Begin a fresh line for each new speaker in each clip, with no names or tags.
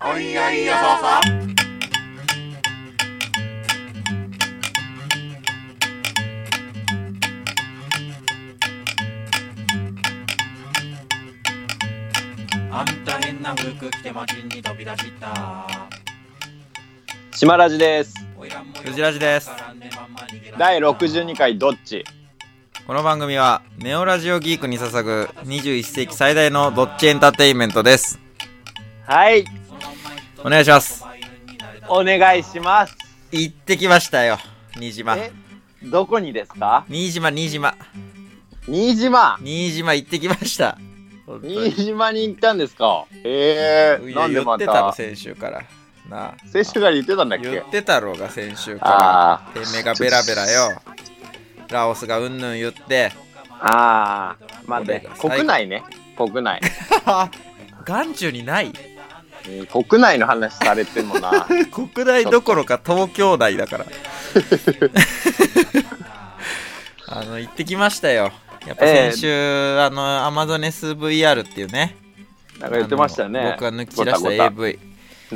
おいおいよそそあんた変な服着て街に飛び出した
シマラジです。
藤ラジです
第62回どっち
この番組はネオラジオギークに捧ぐ21世紀最大のドッジエンターテインメントです
はい、
お願いします
お願いします。
行ってきましたよ新島
え、どこにですか
新島新島
新島
新島行ってきました本当
新
に
島に行ったんですかえ
い
ー、
や
なんで
言
ま
ってたろ
た
先週からなあ
先週から言ってたんだっ
言
け
ってたろうが先週か
あ
らてめえがベラベラよラオスがうんぬん言って
ー、あー、待って、
俺が
国内ね。国内。
眼中にない
うん国内の話されても な。
国内どころか東京内だから あの行ってきましたよやっぱ
ええ
先週、あのアマゾネス VR っていうね
なんか言ってましたよ
あの
ね。
僕が抜き散らし
ご
た
たご
AVVR
た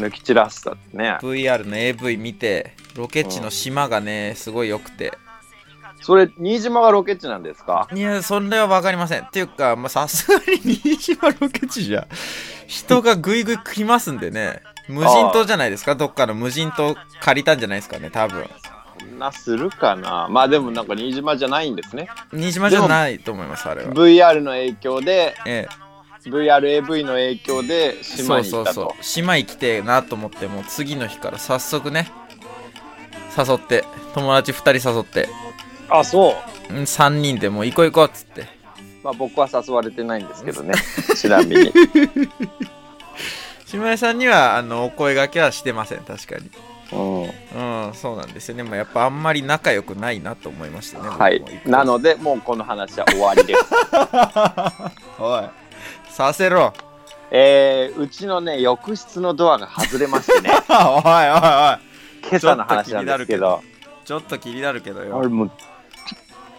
抜き散らしたってね。
の AV 見てロケ地の島がねすごい良くて
それ、新島がロケ地なんですか
いやそれは分かりませんっていうかまあさすがに新島ロケ地じゃ人がぐいぐい来ますんでね無人島じゃないですかどっかの無人島借りたんじゃないですかね多分
こんなするかなまあでもなんか新島じゃないんですね。
新島じゃないと思いますあれは
VR の影響で、
ええ
VRAV の影響で島に行っ
そうそ
たと
うそう島行きてえなと思ってもう次の日から早速ね誘って友達2人誘って
あそう、
うん3人でもう行こう行こうっつって
まあ、僕は誘われてないんですけどね ちなみに
島井さんにはあのお声がけはしてません確かに
うん
うんそうなんですよね、まあ、やっぱあんまり仲良くないなと思いましたね僕も
はいなのでもうこの話は終わりです
おいさせろ
えー、うちのね浴室のドアが外れまして ね
おいお
今朝の話なんですけど
いおいちょっと気になるけど
あ
よ
れもう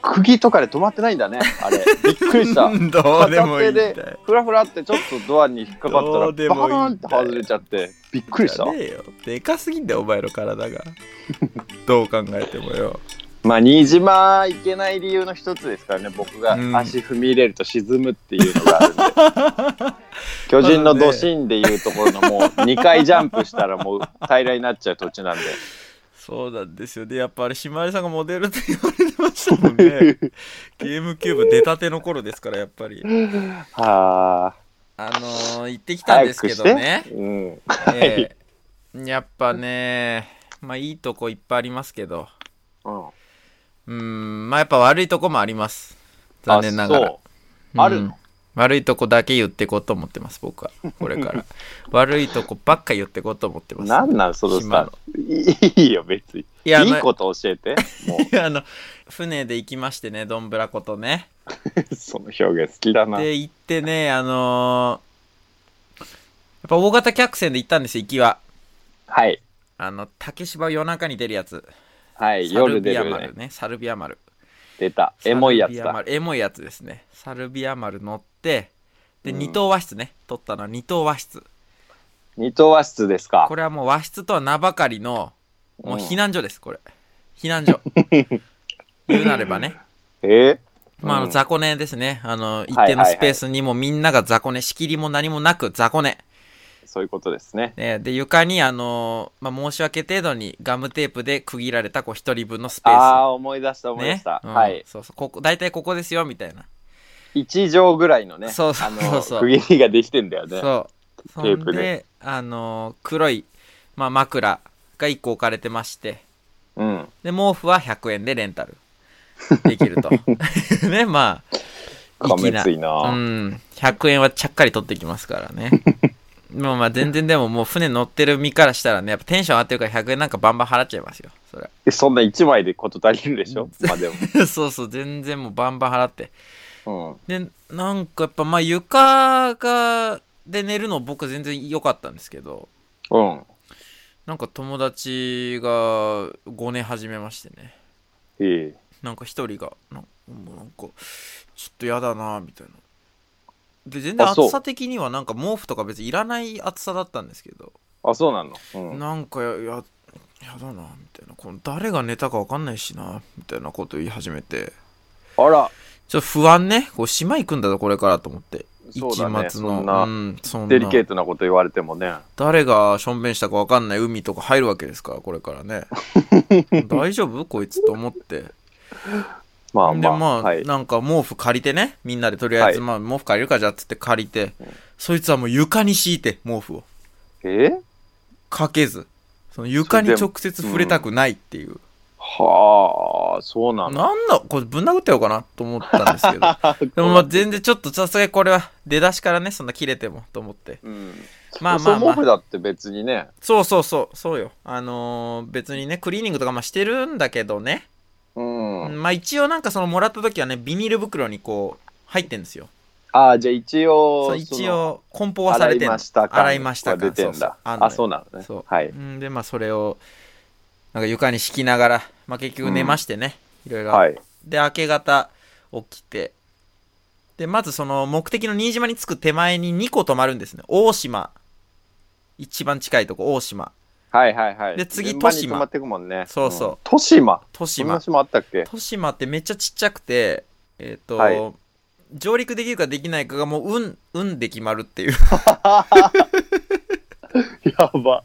釘とかで止まってないんだねあれびっくりした
どうでもいいんだ
片手
よ
でフラフラってちょっとドアに引っかかったら
ど
バ
うでもいいんだ
ー
よ
ンって外れちゃってびっくりした
じゃねえよでかすぎんだよお前の体がどう考えてもよ
まあ、新島行けない理由の一つですからね、僕が
うん
足踏み入れると沈むっていうのがあるんで、 巨人のドシンでいうところのもう2回ジャンプしたらもう平らになっちゃう土地なんで、
そうなんですよねやっぱあれひまわりさんがモデルって言われてましたもんねゲームキューブ出たての頃ですからやっぱり
はあ、
あのー、行ってきたん
早
ですけ
くし
ど
て、
ね、
うん、
ええやっぱねまあいいとこいっぱいありますけど
うん
うーんまあやっぱ悪いとこもあります残念ながら
あそうあるの
うん悪いとこだけ言ってこうと思ってます僕はこ れから悪いとこばっか言ってこうと思ってま
そう、
す
なんなんそのスタ
島
ンス、いいよ、別に。
いやあ
い
の
いこと教えて、も
い やあの船で行きましてねどんぶらことね
う、その表現好きだな。
で行ってねあのーやっぱ大型客船で行ったんですよ行きは
はい、
あの竹芝夜中に出るやつ、
はい、
サル
夜
ビ
出
ア
る
丸
ね
ね。サルビア丸
出た、エモいやつ
サルビア
だ。
丸エモいやつですねサルビア丸乗ってで、
うん
二等和室ね取ったのは二等和室
二等和室ですか
こ。れはもう和室とは名ばかりのもう避難所ですこれ避 難所言うなればね
え
まあ、あ
う
の
ん
雑魚寝ですね。あの、一
はい
定のスペースにもみんなが雑魚寝、仕切りも何もなく雑魚寝。
そういうことですね。
ねで、床に、あのーまあ、申し訳程度にガムテープで区切られた、こう、一人分のスペース。
ああ、思い出した思い出した。
うん
はい。
そうそう、ここ、大体ここですよ、みたいな。
1畳ぐらいのね、
そうそう
あの
そうそう
区切りができてんだよね。
そう。そ
テー
ん
プ
で
で、
あのー黒い、まあ、枕が一個置かれてまして、
うん。
で、毛布は100円でレンタルできると。ね、まあ、
かめついうな。
ん、100円はちゃっかり取ってきますからね。まあまあ全然でももう船乗ってる身からしたらね、やっぱテンション上がってるから100円なんかバンバン払っちゃいますよ。それ
えそんな1枚でこと足りるでしょまあで
は そうそう、全然もうバンバン払って。
も。
で、なんかやっぱまあ床が、で寝るの僕全然良かったんですけど、
うん。うん。
なんか友達が5年始めましてね。
ええ
なんか一人が、なんもうなんか、ちょっとやだなみたいな。で、全然
あそう
厚さ的にはなんか毛布とか別にいらない厚さだったんですけど、
ああ、そうなの、うん、
なんかやややだなみたいなこの誰が寝たか分かんないしなみたいなこと言い始めて
あら、
ちょっと不安ねこう島行くんだぞこれからと思って
そうだね
一末の、
そんなん
そんな
デリケートなこと言われてもね。
誰がしょんべんしたか分かんない海とか入るわけですからこれか らね大丈夫こいつと思って
まあま
で
あ、
まあ、
はい。
なんか毛布借りてねみんなでとりあえず、
は
まあ毛布借りるかじゃあっつって借りて、そいつはもう床に敷いて毛布を
え
かけずその床に直接触れたくないっていう、
はあ、そうなの。
なんだこれぶん殴ってようかなと思ったんです けどでもまあ全然ちょっとさすがにこれは出だしからねそんな切れてもと思って
うん。
まあ
そ
まあ
う毛
ま
布
あ
だって別にね。
そうそうそうそうよあのー別にねクリーニングとかまあしてるんだけどね
うん。
まあ一応なんかそのもらった時はねビニール袋にこう入ってんですよ
ああ、じゃあ一応、
そ
そ
う
の
一、応梱包はさ
洗
れ
い
てんの
ましたか。
洗いました
出
感
てん
そうそう
だ。
あんの
あ、
よ
そうなのね
そ。う
はい。
んでまあそれをなんか床に敷きながら、まあ、結局寝ましてね、いろいろ、
はい。
で明け方起きてでまずその目的の新島に着く手前に2個泊まるんですね大島一番近いとこ大島
はいはいはい。
で次
順番に
豊島
止まってくもんね。
そうそうん
豊島。
豊
そんな
島
島あったっけ
豊島ってめっちゃちっちゃくてえっ、と、
はい
上陸できるかできないかがもう運運で決まるっていう
やば。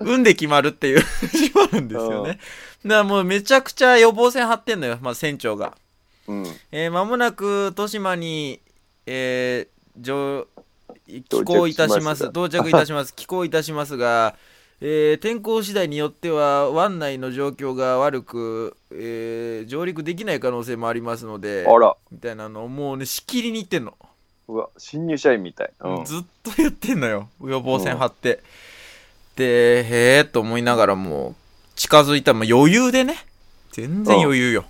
運で決まるっていう 島なんですよねだからもうめちゃくちゃ予防線張ってんのよ、まあ、船長が
うん。
えー、間もなく豊島に、えー、上寄港いたします到着いたします寄港いたしますが、えー天候次第によっては湾内の状況が悪く、えー上陸できない可能性もありますので
あら。
みたいなのをもうねしきりに言ってんの、
うわ、新入社員みたい。うん。
ずっと言ってんのよ予防線張って、でへえと思いながらもう近づいたもう余裕でね全然余裕よ、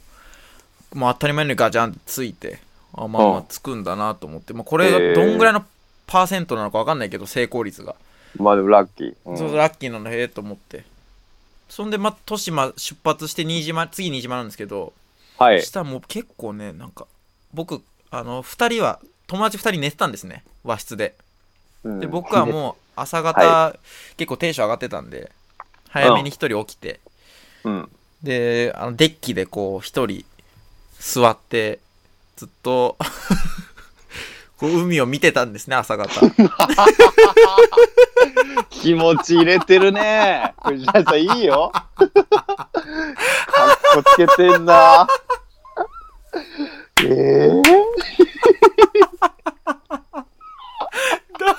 もう当たり前のようにガチャンってついてあまあま
う
あ
ん
つくんだなと思って、まあ、これがどんぐらいのパーセントなのか分かんないけど成功率が、
まあでもラッキー。うん
そうそうラッキーなのへえと思ってそんでまあ豊島出発して新島次新島なんですけど
はい。
したらもう結構ねなんか僕あの2人は友達2人寝てたんですね和室で
で
で僕は
う
もう朝方、
は
結構テンション上がってたんで早めに一人起きて、
ん。 うん。
であのデッキでこう一人座ってずっと こう海を見てたんです ね朝方
気持ち入れてる ね。藤田さん、いいよ。かっこつけてんな。 ええ
男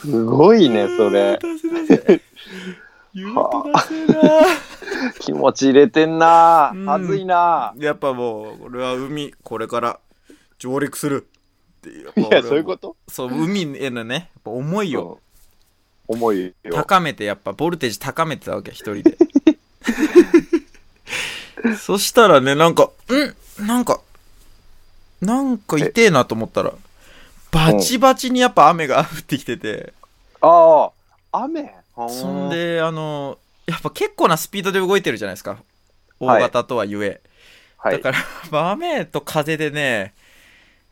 性
すごいね、そ れ。
男性男性言うと男性だ
気持ち入れてんな。
うん
はずいな。
やっぱもう俺は海これから上陸するっていう
いや、そういうこと
とそう海へのねやっぱ思いを
うん重いよ。
高めてやっぱボルテージ高めてたわけ一人でそしたらねなんかうんなんかなんか痛えなと思ったらバチバチにやっぱ雨が降ってきてて
ああ、雨。
そんであのやっぱ結構なスピードで動いてるじゃないですか大型とはゆえ、
はい、
だから、まあ雨と風でね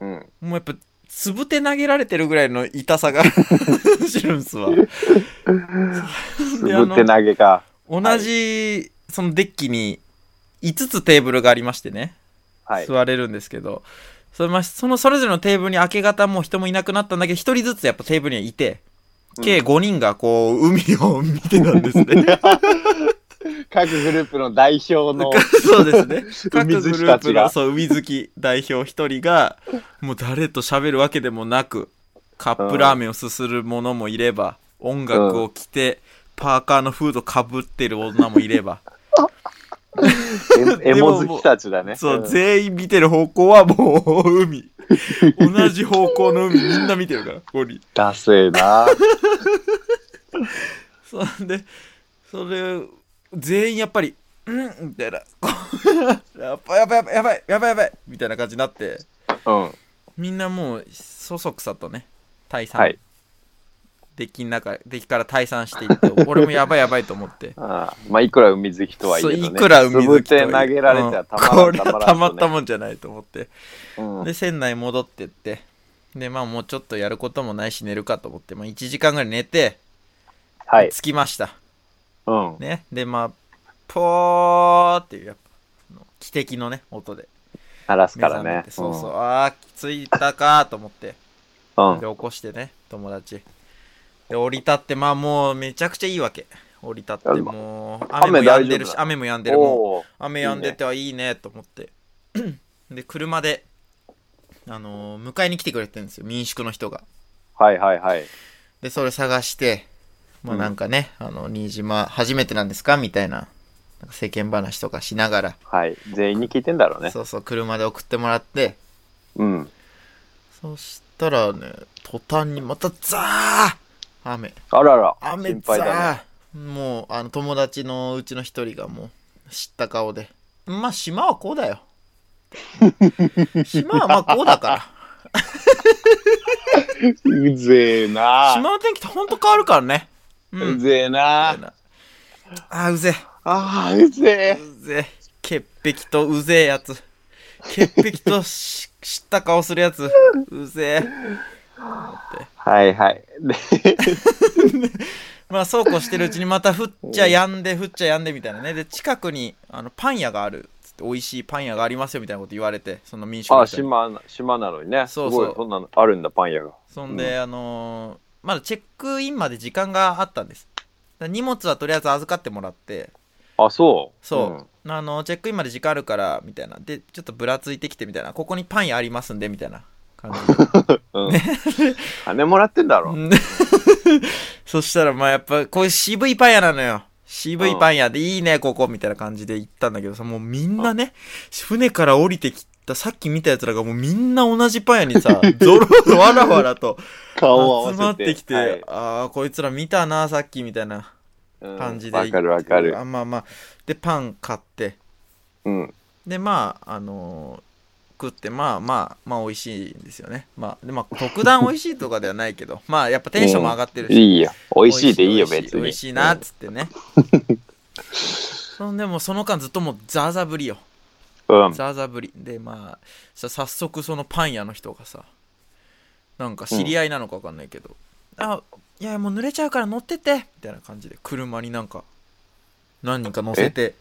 うん、
もうやっぱつぶて投げられてるぐらいの痛さが知るんすわ
つ
であの
ぶって投げか。
同じ、そのデッキに5つテーブルがありましてね、
はい。
座れるんですけどそれまそのそれぞれのテーブルに明け方もう人もいなくなったんだけど1人ずつやっぱテーブルにはいて計5人がこう海を見てたんです ね
各グループの代表の。
そうですね各
海
グ
好き
ルー
た
プ
ち
の
が
そう海好き代表1人がもう誰と喋るわけでもなくカップラーメンをすする者もいれば音楽を聴て、パーカーのフードかぶってる女もいれば
えエモ好きたちだね。
そう、
ん
全員見てる方向はもう 海。同じ方向の海、みんな見てるから、ここに。
ダセえ な。
そんで、それ、全員やっぱり、うんみたいな。 こうやっぱやばいやばいやばいやばいやばいみたいな感じになって、
うん。
みんなもう、そそくさとね、退散。
はい。
デッキの中、デッキから退散していって、俺もやばいやばいと思 って。
ああまあ、いくら海好きとはいえ、
そう
ね、
いくら海好きとはい
つ
え
ぶて投げられちゃたまらん
うんこれはたまったもんじゃないと思って。
うん
で船内戻ってってで、まあもうちょっとやることもないし寝るかと思って、まあ1時間ぐらい寝て、
はい。
着きました。
うん。
ね。で、まあ、ポーっていう、やっぱ、あの汽笛のね、音で。
鳴らす
目
か
覚
ら
め
ね
て。そうそう、ああ、着いたかと思って。
うん。うん
で、。起こしてね、友達。で、降り立って、まあもうめちゃくちゃいいわけ。降り立って、
あ
もう、雨も止んでるし、雨
雨
も止んでる。もう
おー
雨止んでてはいいねと思って。で、車で、あのー迎えに来てくれてるんですよ、民宿の人が。
はいはいはい。
で、それ探して、まあ
うん
なんかね、あの、新島、初めてなんですかみたいな、なんか世間話とかしながら、
はい。全員に聞いてんだろうね。
そうそう、車で送ってもらって、
うん。
そしたらね、途端にまたザー雨、
あらら。
雨
心
ザ
配だね。
ー、もう、あの、友達のうちの一人がもう、知った顔で、まあ、島はこうだ よ。島はまあこうだから。
うぜえな。
島の天気ってほんと変わるからね。うん。
う
み
ぜえ
た。
ない
なあー、うぜ
ああ、うぜ
え。うぜえ。潔癖とうぜえやつ。潔癖とし知った顔するやつ。うぜえ。
はいはい。で
まあ、そうこうしてるうちにまた降っちゃやんで、降っちゃやんでみたいなね。で、近くにあのパン屋がある。つって美味しいパン屋がありますよみたいなこと言われて、その民宿の
あ、
人に。
島な、島なのにね。す
そ
ご
う
い、
そう
そんなのあるんだ、パン屋が。
そんで、あのーまだチェックインまで時間があったんです。だから荷物はとりあえず預かってもらって、
あ、そう。
そう、あのチェックインまで時間あるからみたいなでちょっとぶらついてきてみたいなここにパン屋ありますんでみたいな感 じで
うん。うん。金もらってんだろ。
うんそしたらまあやっぱこういう渋いパン屋なのよ渋いパン屋でいいねここみたいな感じで行ったんだけどさもうみんなね船から降りてきたさっき見たやつらがもうみんな同じパン屋に さゾロゾロわらわらと
顔を合わ
集
せて。
まってきて、
はい
ああこいつら見たなさっきみたいな
うん
感じで
わかるわかる
あ。まあまあでパン買って
うん。
でまああのー食ってまあまあまあ美味しいんですよねまあでまあ特段美味しいとかではないけど まあやっぱテンションも上がってるし、
いいよ。美味しいでいいよ、
美味し
別に。
美味しいなっつって ね、そんでもうその間ずっともうザーザーぶりよ
うん。うん。
ザーザーぶりでまあさ早速そのパン屋の人がさなんか知り合いなのか分かんないけど、あいやもう濡れちゃうから乗ってってみたいな感じで車になんか何人か乗せて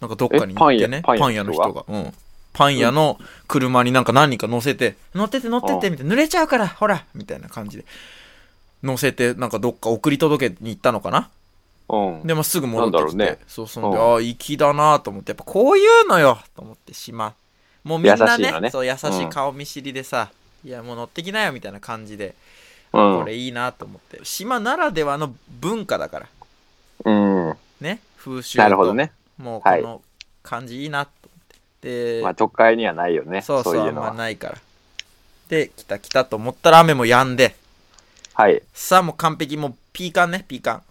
なんかどっかに行ってね
え
パ
パ
ン
ン屋
屋の
の
人
人
が、うん、パン屋の車になんか何人か乗せて乗ってって乗ってって
う
みたいな濡れちゃうからほらみたいな感じで乗せてなんかどっか送り届けに行ったのかなでもすぐ戻ってき
なんだろ
て、
うね
そうそんで、
うん
ああ、粋だなと思って、やっぱこういうのよと思って、島。もうみんな
優
ね
しいのね
そう優し
う
い
ん
顔見知りでさ、いや、もう乗ってきなよみたいな感じで、
うん。
これいいなと思って、島ならではの文化だから、
うん。
ね、風習と
なるほどね。
もうこの感じいいなと思って。で、
まあ、都会にはないよね。
そうそう、
いう
あん
の
ま
は。
ないから。で、来た来たと思ったら雨も止んで、
はい。
さあもう完璧、もうピーカンね、ピーカン。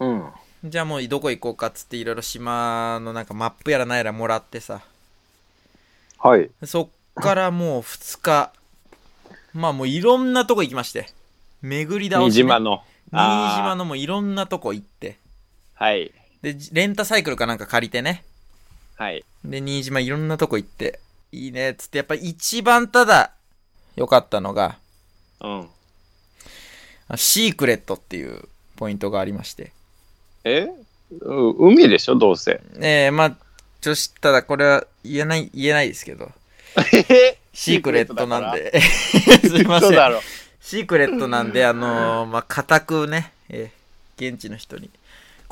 うん。
じゃあもうどこ行こうかっつっていろいろ島のなんかマップやらなんやらもらってさ
はい。
そっからもう2日まあもういろんなとこ行きまして巡り倒
新
して、
島の。
新島
の。
のもういろんなとこ行って
はい。
でじレンタサイクルかなんか借りてね
はい。
で新島いろんなとこ行っていいねっつってやっぱ一番ただ良かったのが
うん。
あシークレットっていうポイントがありまして
えう海でしょ、どうせ。
ええまあちょしただこれは言えない言えないですけど シークレットなんで。 すいませ
嘘だ
ん。
ろ。
シークレットなんで、あのーまあ、固くね、えー現地の人に、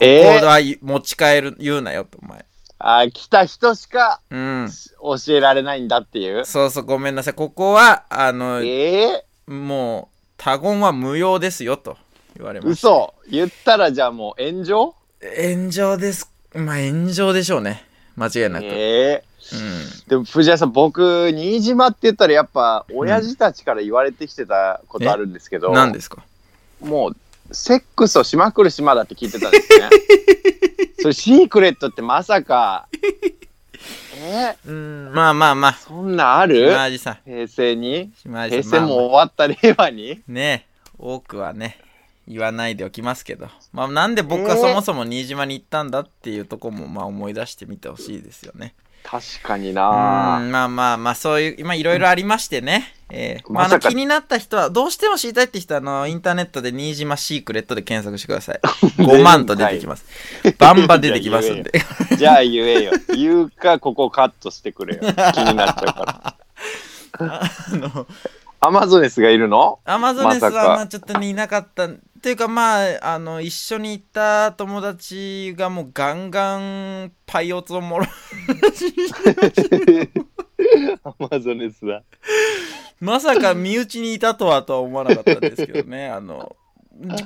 え
コード
ー、
は持ち帰る、言うなよと、お前。
あー、来た人しか
うん。
教えられないんだっていう。
そうそう、ごめんなさい。ここは、あの、
え
もう、他言は無用ですよ、と言われ
ー、
ました。
嘘。言ったらじゃあもう炎上
炎上です。まあ、炎上でしょうね。間違いなく。
え
うん。
ー、でも藤井さん、僕、新島って言ったらやっぱ、親父たちから言われてきてたことあるんですけど、
何ですか
もう、セックスをしまくる島だって聞いてたんです ね。それ、シークレットってまさか、えー、
うん、まあまあまあ。
そんなんある
島味さん。
平成に
島味
平
さ
成
ん。まあまあ
も終わった令和に
ねえ多くはね言わないでおきますけど、まあ、なんで僕は
えー
そもそも新島に行ったんだっていうとこもまあ思い出してみてほしいですよね、
確かに
う
なん
まあまあまあそういうまあいろいろありましてね、えーまあ、あ
ま
の
さか
気になった人はどうしても知りたいって人はあのインターネットで新島シークレットで検索してくだ さい5万と出てきますバンバン出てきますんで
じゃあ言えよ。言うか、ここカットしてく れよ。気になっちゃうから。
あの
アマゾネスがいる の
アマゾネスは
まさか
まあちょっとねいなかったというかまああの一緒に行った友達がもうガンガンパイオツをもら
アマゾネスだ。
まさか身内にいたとはとは思わなかったんですけ どねあの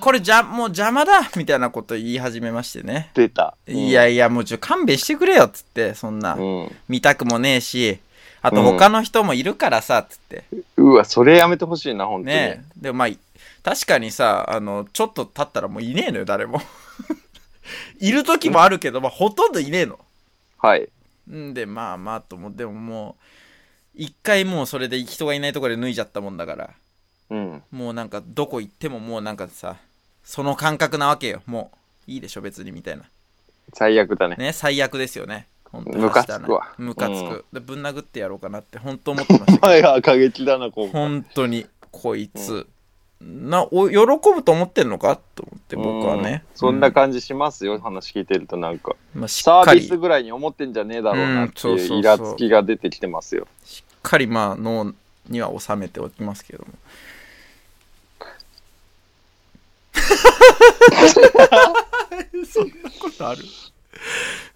これじゃもう邪魔だみたいなこと言い始めましてね
出た。うん
いや、いやもうちょ勘弁してくれよっつってそんな
うん。
見たくもねえしあと
うん
他の人もいるからさっつって
うわ、それやめてほしいな、本当に。
ねえでもまあ確かにさあのちょっと経ったらもういねえのよ誰も いる時もあるけど、まあ、ほとんどいねえの
はい。
んでまあまあと思ってでももう一回もうそれで人がいないところで脱いじゃったもんだから
うん。
もうなんかどこ行ってももうなんかさその感覚なわけよもういいでしょ別にみたいな
最悪だね。
ね最悪ですよね本当に
ムカつくわ
明日ねムカつく、でぶん殴ってやろうかなって本当思ってましたけど
前 は過激だな、今回。
本当にこいつ、なお喜ぶと思ってんのかと思って僕はね、
うんそんな感じしますよ、話聞いてるとなんか。
まあ、し
サ
っか
ービ
りし
ス
っ
ぐらいに思ってんじゃねえだろうなって
うんそうそう
い
そ
ううイラつきが出てきてますよ。
かりまあ脳には収めておきますけどもそんなことある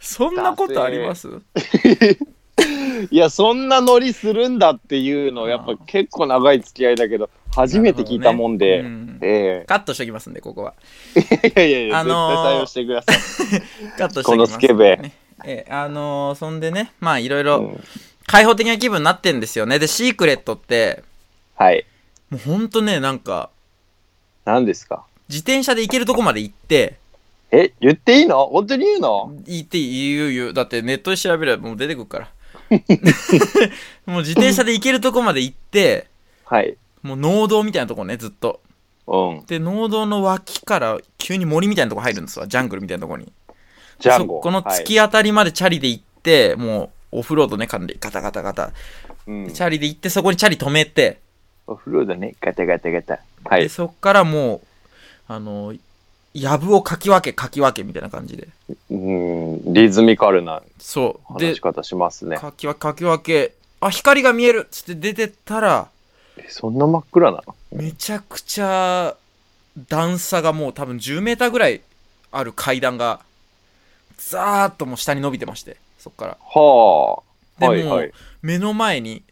そんなことあります
いや、そんなノリするんだっていうの、やっぱ結構長い付き合いだけど、初めて聞いたもんで。
うん
え
カットしておきますんでここは
えいやいやいや、
あのー
絶対対応してください。
カットしておき
この
ます
スケベ
ねええあのーそんでねまあいろいろ
うん
開放的な気分になってんですよねでシークレットって
はい。
もうほんとねなんか
何ですか
自転車で行けるとこまで行って、
え、言っていいの本当に言うの
行っていいよいいよ。だってネットで調べればもう出てく るから。もう自転車で行けるとこまで行って、
はい。
もう農道みたいなとこね、ずっと。
うん。
で、農道の脇から急に森みたいなとこ入るんですわ。ジャングルみたいなとこに。
ジャン
そ
ゴ。
この突き当たりまでチャリで行って、もうオフロードね、完全にガタガタガタ。
はいうん
でチャリで行って、そこにチャリ止めて、
お風呂だね。ガタガタガタ。は
で、
い。
そっからもう、あの、やぶをかき分け、かき分けみたいな感じで。
うん、リズミカルな
そう。で
話し、方しますね。
かき分けかき分けあ光が見えるっつって出てったら
えそんな真っ暗なの
めちゃくちゃ段差がもう多分10メーターぐらいある階段がザーッともう下に伸びてましてそっから
は
で
あ。
も
はいはい。
目の前に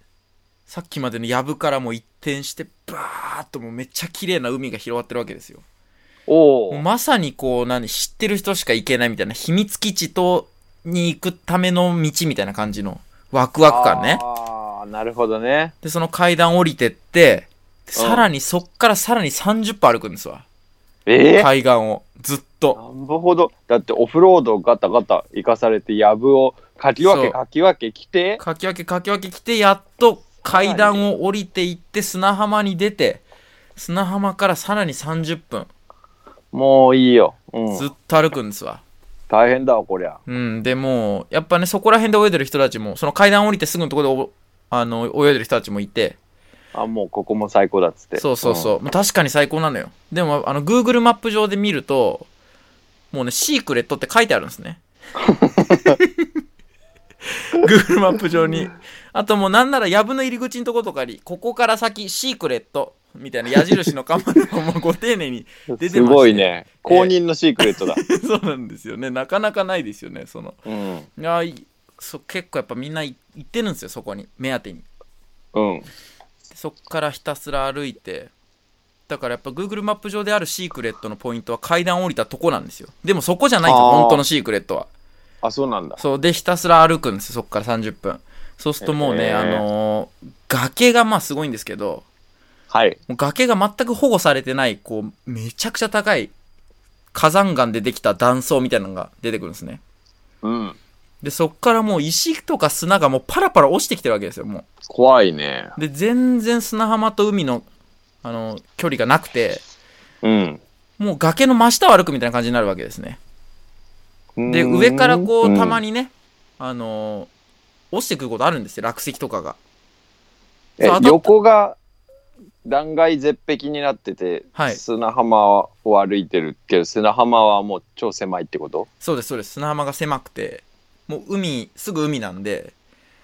さっきまでの藪からもう一転してバーッともうめっちゃ綺麗な海が広がってるわけですよ
お
もう
お。
まさにこう何知ってる人しか行けないみたいな秘密基地とに行くための道みたいな感じのワクワク感ね
ああ、なるほどね。
で、その階段降りてって、でさらにそっからさらに30歩歩くんですわ。
ええ
海岸を。ずっと。
なんぼほど。だってオフロードガタガタ行かされて、やぶをかき分
そう
けかき分け来て、
かき分けかき分け来て、やっと階段を降りていって砂浜に出て、砂浜からさらに30分、
もういいよ。うん。
ずっと歩くんですわ。
大変だわ、こりゃ。
うん、でもう、やっぱね、そこら辺で泳いでる人たちも、その階段降りてすぐのところでお、あの、泳いでる人たちもいて、
あ、もうここも最高だっつって。
そうそうそう。もう確かに最高なのよ。でも、あの、Google マップ上で見ると、もうね、シークレットって書いてあるんです ね。Google マップ上に。あともうなんなら、やぶの入り口のとことかに、ここから先、シークレット、みたいな矢印の看板がもう ご丁寧に。
うん。
出てまして
すごいね。公認のシークレット だ。
そうなんですよね。なかなかないですよね、その。
うん。
いやいそう結構やっぱみんな行ってるんですよ、そこに。目当てに。
うん。
そっからひたすら歩いてだからやっぱ Google マップ上であるシークレットのポイントは階段降りたとこなんですよでもそこじゃないんですよ
あー
本当のシークレットは
あ、そうなんだ。
そうでひたすら歩くんですよそっから30分そうするともう
へ
ね、
ー
あのー崖がまあすごいんですけど
はい。
もう崖が全く保護されてないこうめちゃくちゃ高い火山岩でできた断層みたいなのが出てくるんですね
うん。
でそっからもう石とか砂がもうパラパラ落ちてきてるわけですよも
怖いね。
うで全然砂浜と海のあの距離がなくて
うん。
もう崖の真下を歩くみたいな感じになるわけですね。で、
うん
上からこう、たま
に。
にね、あのー落ちてくることあるんですよ、落石とかが。
え
そう当たった
横が断崖絶壁になってて、
はい
砂浜を歩いてるけど砂浜はもう超狭いってこと
そうです、そうです。砂浜が狭くて、もう海、すぐ海なんで、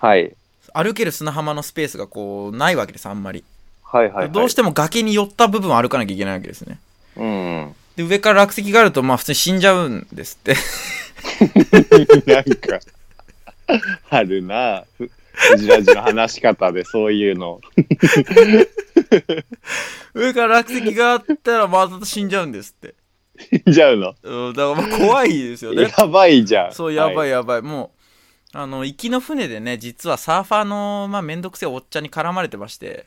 はい
歩ける砂浜のスペースがこう、ないわけです、あんまり。
はいはいはい
どうしてても崖に寄った部分を歩かなきゃいけないわけですね。
うん
で、上から落石があると、まあ普通に死んじゃうんですって。
なんかあるなふフジラジの話し方でそういうの
上から落石があったら、また死んじゃうんですって。
死んじゃうの
うん、だからまあ怖いですよね。
やばいじゃん
そう、やば
い、
いやばい。もう、あの、行きの船でね、実はサーファーの、まあ、めんどくせえおっちゃんに絡まれてまして、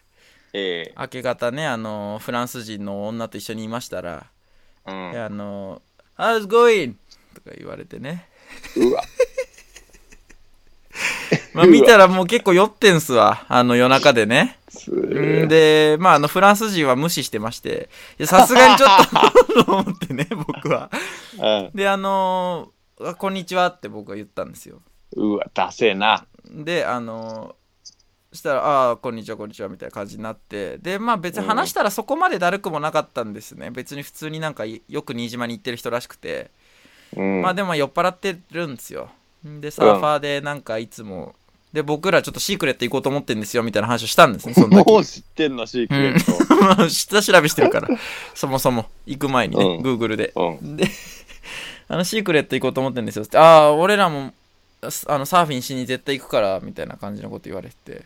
え
明け方ね、あの、フランス人の女と一緒にいましたら、
え
であの、How's going? とか言われてね。
うん、うわ
まあ、
うわ
見たらもう結構酔ってんすわ。あの、夜中でね。
す
うんで、まあ、あの、フランス人は無視してまして、いやさすがにち ょっと、と思ってね、僕は。
うん
で、あの、あこんにちはって僕は言ったんですよ。
うわダセえな
であのそしたら「ああこんにちはこんにちは」みたいな感じになってでまあ別に話したらそこまでだるくもなかったんですね、別に普通になんかいよく新島に行ってる人らしくて、
うん
まあでも酔っ払ってるんですよでサーファーでなんかいつもで僕らちょっとシークレット行こうと思ってんですよみたいな話をしたんですねそ の時
もう知ってんのシークレット、
まあ 下調べしてるからそもそも行く前にね、
うん
Google で
うん
で、あの、シークレット行こうと思ってんですよ。つってああ、俺らも、すあの、サーフィンしに絶対行くから、みたいな感じのこと言われて。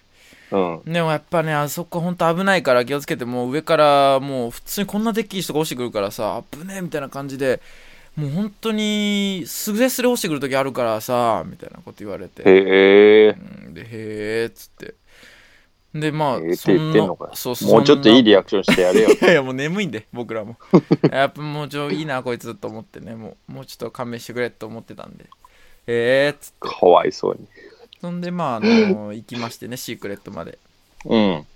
うん
でもやっぱね、あそこほんと危ないから気をつけて、もう上から、もう普通にこんなでっきい人が落ちてくるからさ、危ねえみたいな感じで、もう本当に、すれすれ落ちてくる時あるからさ、みたいなこと言われて。
へえ
うんで、へえ、っつって。で、まあ、
ええって
そんな
言ってんのかよ
そう
もうちょっといい
で
リアクションしてやれよ
いやいやもう眠いんで僕 らもやっぱもうちょいいなこいつと思ってねもうもうちょっと勘弁してくれと思ってたんでえー、っつって
かわいそうに
そんでまあ、あの行きましてねシークレットまで
うん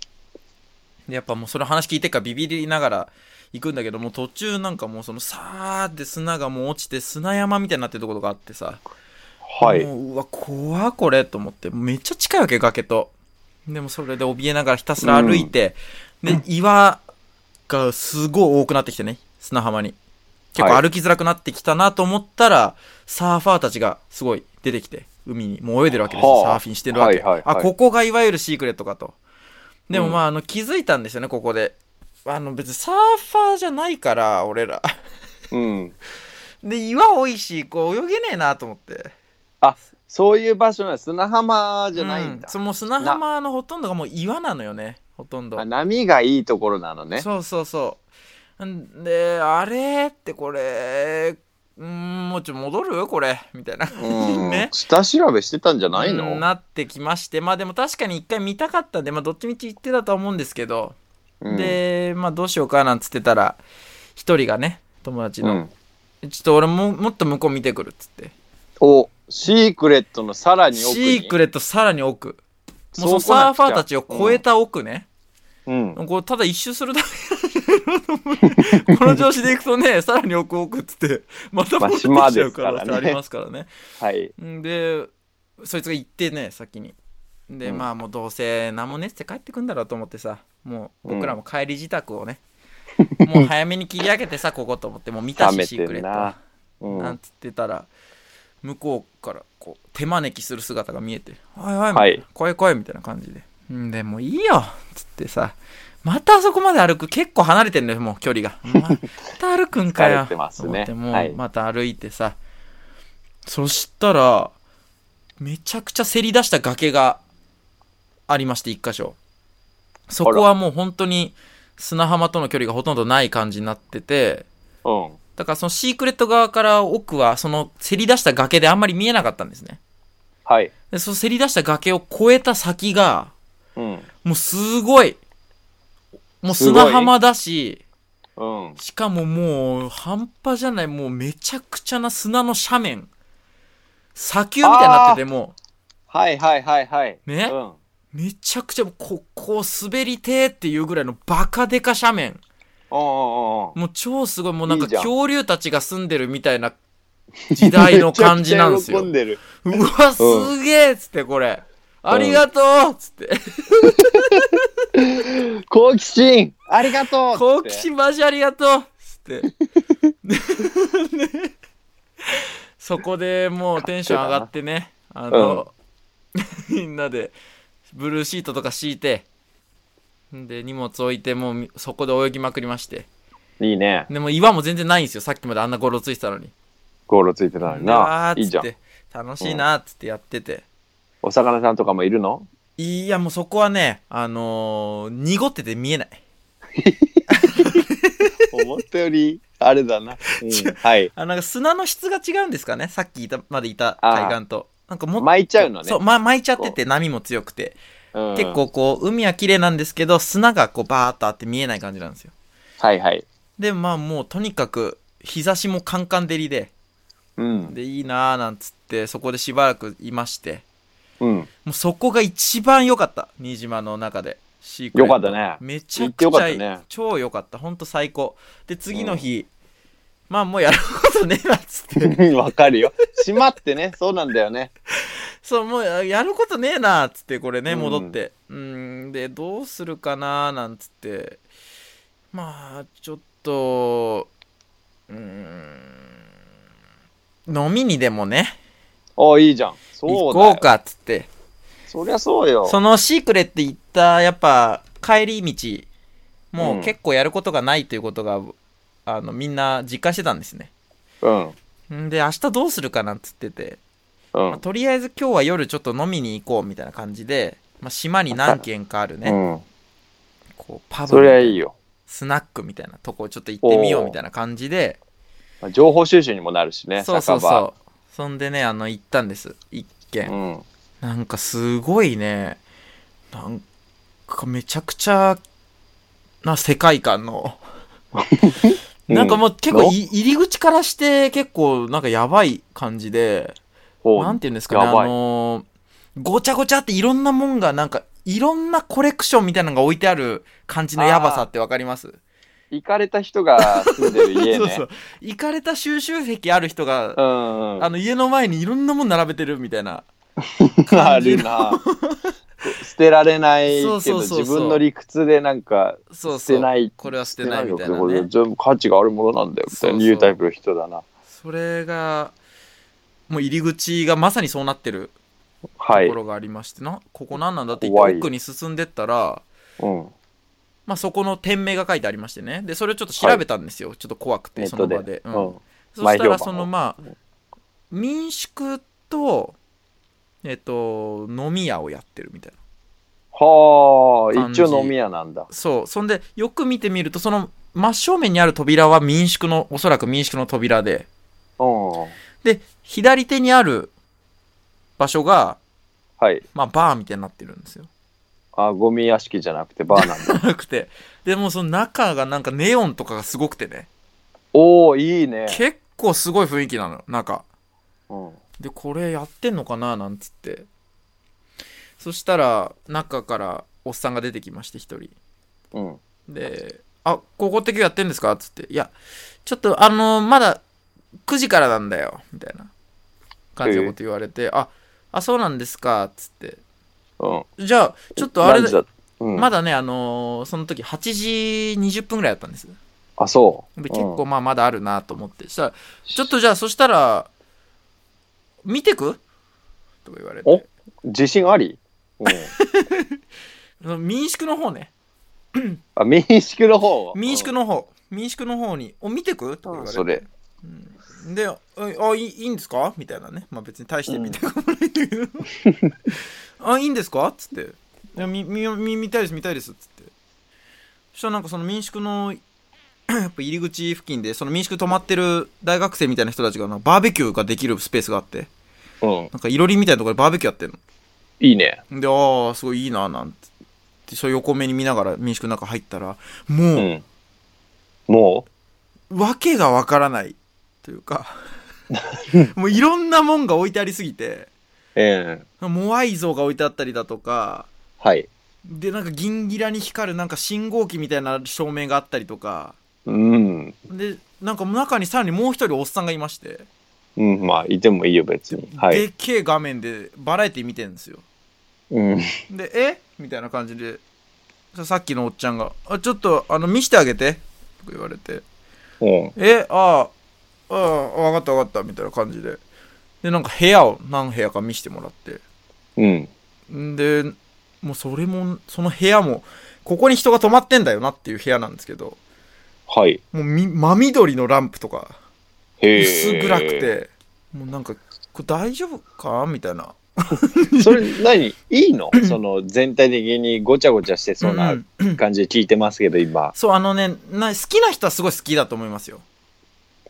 でやっぱもうその話聞いてっからビビりながら行くんだけどもう途中なんかもうそのさーって砂がもう落ちて砂山みたいになってるところがあってさ
はい
もううわ怖っこれと思ってめっちゃ近いわけ崖とでもそれで怯えながらひたすら歩いて、で岩がすごい多くなってきてね砂浜に結
は
構
い
歩きづらくなってきたなと思ったら、サーファーたちがすごい出てきて海にもう泳いでるわけですよ、
はあ
サーフィンしてるわけ、
はいはいはい
あここがいわゆるシークレットかとでも
うん
まあ,、あの気づいたんですよねここであの別にサーファーじゃないから俺ら
うん
で岩多いしこう泳げねえなと思って
そういう場所なの砂浜じゃないんだ
う、その砂浜のほとんどがもう岩なのよねほとんど
あ波がいいところなのね
そうそうそうんであれってこれうんもうちょっと戻るこれみたいな、
うん、
ね
下調べしてたんじゃないの、
なってきましてまあでも確かに一回見たかったんでまあどっちみち行ってたとは思うんですけど、
うん、
でまあどうしようかなんつってたら一人がね友達
う
の、
ん
ちょっと俺ももっと向こう見てくるっつって
おシークレットのさらに奥に
シーク
レ
レットさらに奥もうその
そう来
サ
なく
ーフ
ちゃ
ァーたちを超えた奥ね、
うん、
こうただ一周するだけなんだよこの調子でいくとねさらに奥奥っつってまた戻ってきちゃう可能性ありますからね
はい
んでそいつが行ってね先にで、
うん
まあもうどうせ何もねえっつって帰ってくんだろうと思ってさもう僕らも帰り自宅をね、もう早めに切り上げてさこ こと思ってもう見た
冷
し
め
シ
て
ークレ
る
ッ
な
ト、
うん、
なんつってたら向こうからこう手招きする姿が見えて「おいおい」
はい
怖い怖い」みたいな感じで「んでもういいよ」つってさまたあそこまで歩く結構離れてんのよもう距離がまた歩くん か
疲
よ
れてますね
と思っても
は
う
い
また歩いてさ、そしたらめちゃくちゃせり出した崖がありまして一箇所そこはもう本当に砂浜との距離がほとんどない感じになってて
うん
だからそのシークレット側から奥はそのせり出した崖であんまり見えなかったんですね。
はい
で、そのせり出した崖を越えた先が、
うん
もうすごい、もう
すごい
砂浜だし、
うん
しかももう半端じゃない、もうめちゃくちゃな砂の斜面、砂丘みたいになってても
はいはいはいはい、
ね
うん、
う、めちゃくちゃ、ここ滑りてーっていうぐらいのバカデカ斜面。
おうおうおう
もう超すごい、もうなん
い
か
いじゃん
恐竜たちが住んでるみたいな時代の感じなんですよ
めちゃくちゃ喜。んでる
うわ、すげえっつってこれ。ありがとうっつって。
好奇心ありがとう
好奇心マジありがとうっつ って。でそこでもうテンション上がってね、あの、みんなでブルーシートとか敷いて、で、荷物置いて、もうみそこで泳ぎまくりまして。
いいね。
でも岩も全然ないんですよ、さっきまであんなゴロついてたのに。
ゴールついてたのに
でわ
な。
ー
い
っ
い
つ
じゃ
っ
ん。
て、楽しいなっつってやってて。
お魚さんとかもいるの
いや、もうそこはね、あのー濁ってて見えない。
思ったより、あれだな。うんはい。
あなんか砂の質が違うんですかねさっきいたまでいた
あー
海岸と。なんかもっと
巻いちゃうのね。
そう、ま、巻いちゃってて波も強くて、
うん
結。構こう海は綺麗なんですけど砂がこうバーっとあって見えない感じなんですよ
はいはい。
でまあもうとにかく日差しもカンカン照りで
うん。
でいいなーなんつってそこでしばらくいまして
うん。
もうそこが一番良かった新島の中でシークレ
よ
ット
かったね。
めちゃ
行ってよ
くち
かっ
ゃ
た
いい、
ね
超良かったほんと最高で次の日、まあもうやることねえなっつって
うん わかるよ。閉まってね、そうなんだよね。
そう、もうややることねえなっつって、これね、
うん
戻って。うーん、で、どうするかななんつって。まあ、ちょっと、うーん、飲みにでもね、
おいいじゃん。そうだよ
行こう。かっつって。
そりゃそうよ。
そのシークレット行った、やっぱ、帰り道、もう結構やることがないということが、あの、みんな実感してたんですね。
うん。
んで、明日どうするかなんつってて。
う
まあ
ん。
とりあえず今日は夜ちょっと飲みに行こうみたいな感じで、まあ、島に何軒かあるね、
うん。
こうパ
そりゃ
ブ
いいよ。
スナックみたいなとこちょっと行ってみようみたいな感じで、
まあ情報収集にもなるしね、
そうそ
酒
うそ
場。
うそんでねあの行ったんです一軒、
うん。
なんかすごいねなんかめちゃくちゃな世界観のなんかもう結構い入り口からして結構なんかやばい感じで
ほう
なんて言うんですかね、あ
やばい
のーごちゃごちゃっていろんなもんが、なんか、いろんなコレクションみたいなのが置いてある感じのやばさってわかります
行かれた人が住んでる家ね。
そうそう。行かれた収集癖ある人が、
うんうん。
あの、家の前にいろんなもん並べてるみたいな。
あるな。 捨てられないけ
そ
ど
うそうそうそう
自分の理屈でなんか
そ
捨
うそう。
てない
これは捨てないみたいな
これ
ね。
全部価値があるものなんだよみたいな言うタイプの人だな。
それが、もう入り口がまさにそうなってると
はい。
ころがありまして、な、ここ何なんだって言っ
怖
て
い
奥に進んでったら、
うん。
まあそこの店名が書いてありましてね。で、それをちょっと調べたんですよ。ちょっと怖く
ネ
て、
ッ
そ
ト
の
で。
場で。
う
うん
ん。
そした
前評判
ら
を
そのま
う
あ
ん
民宿とえっと飲み屋をやってるみたいな
はあ、
感じ
一応飲み屋なんだ。
そうそんでよく見てみるとその真正面にある扉は民宿のおそらく民宿の扉で
うん。
で左手にある場所が
はい。
まあバーみたいになってるんですよ
あ、ゴミ屋敷じゃなくてバーなんだ。
なくてでもうその中がなんかネオンとかがすごくてね
おおいいね。
結構すごい雰囲気なのよ中
うん。
でこれやってんのかななんつってそしたら中からおっさんが出てきまして一人
うん。
で「あここって今日やってんですか?」っつって「いやちょっとあのまだ9時からなんだよ」みたいな感じのこと言われて「ああそうなんですか」っつって
うん。
「じゃあちょっとあれ
何時だうん
まだねあのーその時8時20分ぐらいだったんです
あ、そう。
で
うん
結構まあまだあるなと思ってそしたら「ちょっとじゃあそしたら見てく?」とか言われて
自信ありうん。
その民宿の方ね
あ、民宿の方。
民宿の方民宿の方に「お見てく?」とか
うん。
言われて
それ。
うんで、ああいいいいんですかみたいなね。まあ別に大して見てこないんだ けど。あ、いいんですかっつって。いやみみみ見たいです、見たいです。っつって。そしたらなんかその民宿の やっぱ入り口付近で、その民宿泊まってる大学生みたいな人たちがなバーベキューができるスペースがあって、
うん。
なんかいろりみたいなところでバーベキューやってんの。
いいね。
で、ああ、すごいいいな、なんて。でそう横目に見ながら民宿の中入ったら、もう、
うん。も
わけがわからないとい うかもういろんなもんが置いてありすぎて
うええ。
モアイ像が置いてあったりだとか
はい。
でなんか銀ギラに光るなんか信号機みたいな照明があったりとか
うん。
でなんか中にさらにもう一人おっさんがいまして、
うん、まあ、いてもいいよ、別に。はい。
でっけえ画面でバラエティ見てるんですよ
うん。
で、えみたいな感じで、ささっきのおっちゃんが、あちょっと、あの、見してあげて、とか言われて、
うん。
え、ああ、ああ、わかったわかった、みたいな感じで。で、なんか部屋を何部屋か見せてもらって。
うん。
んで、もうそれも、その部屋も、ここに人が泊まってんだよなっていう部屋なんですけど、
はい。
もうみ真緑のランプとか、
へえ。
薄暗くて、もうなんか、これ大丈夫かみたいな。
それ何いい のその全体的にごちゃごちゃしてそうなん感じで聞いてますけど今。
そう、あのねな、好きな人はすごい好きだと思いますよ。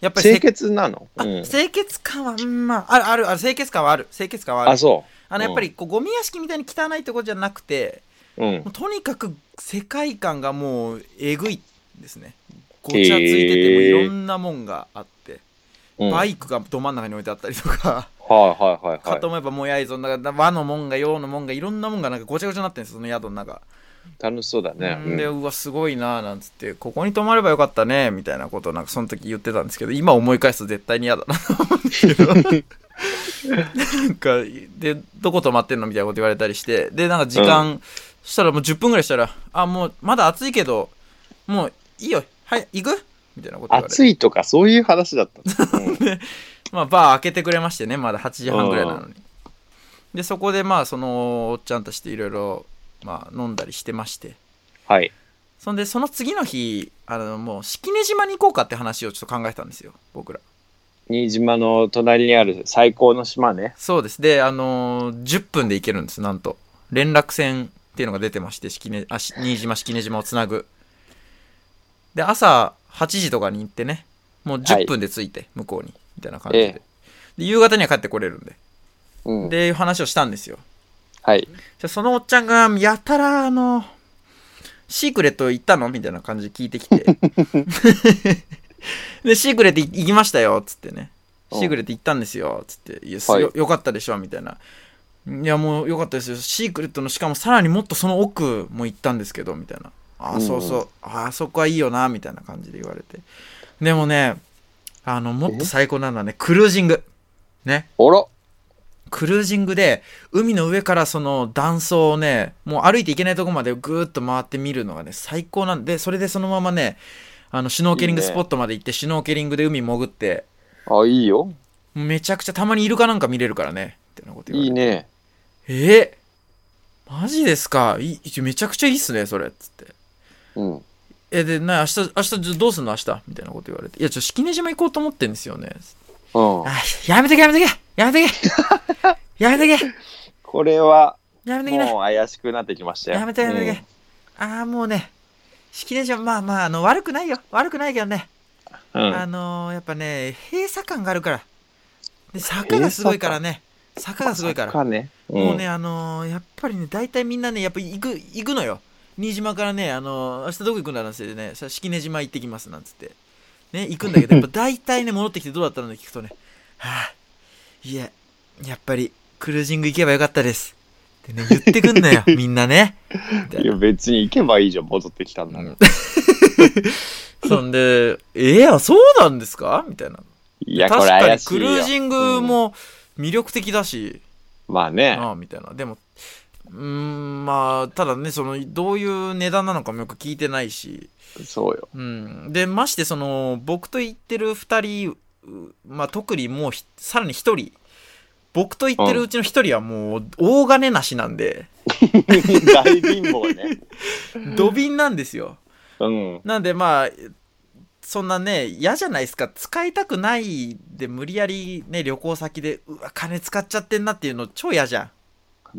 やっぱり
清
せ
潔なの
あ
うん。
清潔感は、うんまあ、あるあるある、清潔感はある。清潔感はある。
あ、そ
あの、
うん
やっぱりこう、ゴミ屋敷みたいに汚いとこじゃなくて、
う。うん
も。うとにかく世界観がもう、えぐいですね。ごちゃついてて、もう
へー
いろんなもんがあって、
うん
バ
はい
イクがど真ん中に置いてあったりとか、
はいはい
か
は
と思えばもうやいぞ、なんか和のもんが洋のもんが、いろんなもんがなんかごちゃごちゃになってるんですよ、その宿の中。
い。楽しそうだね。
うんで
うん
うわすごいななんつってここに泊まればよかったねみたいなことをなんかその時言ってたんですけど今思い返すと絶対に嫌だなと思うんですけどなんかでどこ泊まってんのみたいなこと言われたりしてでなんか時間、そしたらもう10分ぐらいしたらあもうまだ暑いけどもういいよはい行くみたいなこと言われて
暑いとかそういう話だ ったの。うん
まあバー開けてくれましてねまだ8時半ぐらいなのにでそこでまあそのおっちゃんたちといろいろまあ飲んだりしてまして
はい。
そんで、その次の日、あの、もう、式根島に行こうかって話をちょっと考えてたんですよ、僕ら。
新島の隣にある最高の島ね。
そうです。で、あのー10分で行けるんです、なんと。連絡船っていうのが出てまして、式根、あ、し新島、式根島をつなぐ。で、朝8時とかに行ってね、もう
はい
10分で着いて、向こうに、みたいな感じで。
ええ
で、夕方には帰ってこれるんで。
うん。
で、いう話をしたんですよ。
はい。
じゃあそのおっちゃんが、やたら、あの、シークレット行ったのみたいな感じで聞いてきて。 で、シークレット行きましたよ、つってね。シークレット行ったんですよ、つって。いや、す
はい
よよかったでしょ、みたいな。いや、もうよかったですよ。シークレットの、しかもさらにもっとその奥も行ったんですけど、みたいな。あ
う
あ、
ん
そうそう。ああ、そこはいいよな、みたいな感じで言われて。でもね、あの、もっと最高なのはね、クルージング。ね。
おろ
クルージングで海の上からその断層をねもう歩いていけないとこまでぐーっと回ってみるのがね最高なんでそれでそのままねあのシュノーケリング
いい
ス
ね
ポットまで行ってシュノーケリングで海潜って
あ、いいよ。
めちゃくちゃたまにイルカなんか見れるからねってなこと言わ
い
れ
い
て
ね。
えーマジですかいいめちゃくちゃいいっすねそれっつって
うん。
えでな明日明日じゃどうすんの明日みたいなこと言われていやちょ式根島行こうと思ってんですよね
うん。
あやめてけやめてけやめてけやめてけ
これは
やめてけな
もう怪しくなってきましたよ。
やめてやめて、
うん
ああもうね式根島まあまああの悪くないよ悪くないけどね、
うん
あのーやっぱね閉鎖感があるからで坂がすごいからね坂がすごいから
かね。
もうねあのーやっぱりね大体みんなねやっぱ行く行くのよ新島からねあのー明日どこ行くんだなんつってねさ式根島行ってきますなんつってね行くんだ けどやっぱ大体ね戻ってきてどうだったのって聞くとねはあいややっぱりクルージング行けばよかったですってね言ってく んのよみんなねみた
うん。い
いな
や、別に行けばいいじゃん、戻ってきたんだから。
そんで、ええあ、そうなんですかみたいな。
いや、これ
確かに
怪しいよ。
クルージングも魅力的だし、
うん。まあね。
ああ、みたいな。でも、うーん、まあ、ただね、その、どういう値段なのかもよく聞いてないし、
そうよ。
うん。で、まして、その、僕と行ってる二人、うまあ、特にもうひ、さらに一人、僕と行ってるうちの一人はもう、大金なしなんで、
大貧乏ね。
土瓶なんですよ。
うん。
なんでまあそんなね嫌じゃないですか使いたくないで無理やりね旅行先でうわ金使っちゃってんなっていうの超嫌じゃん、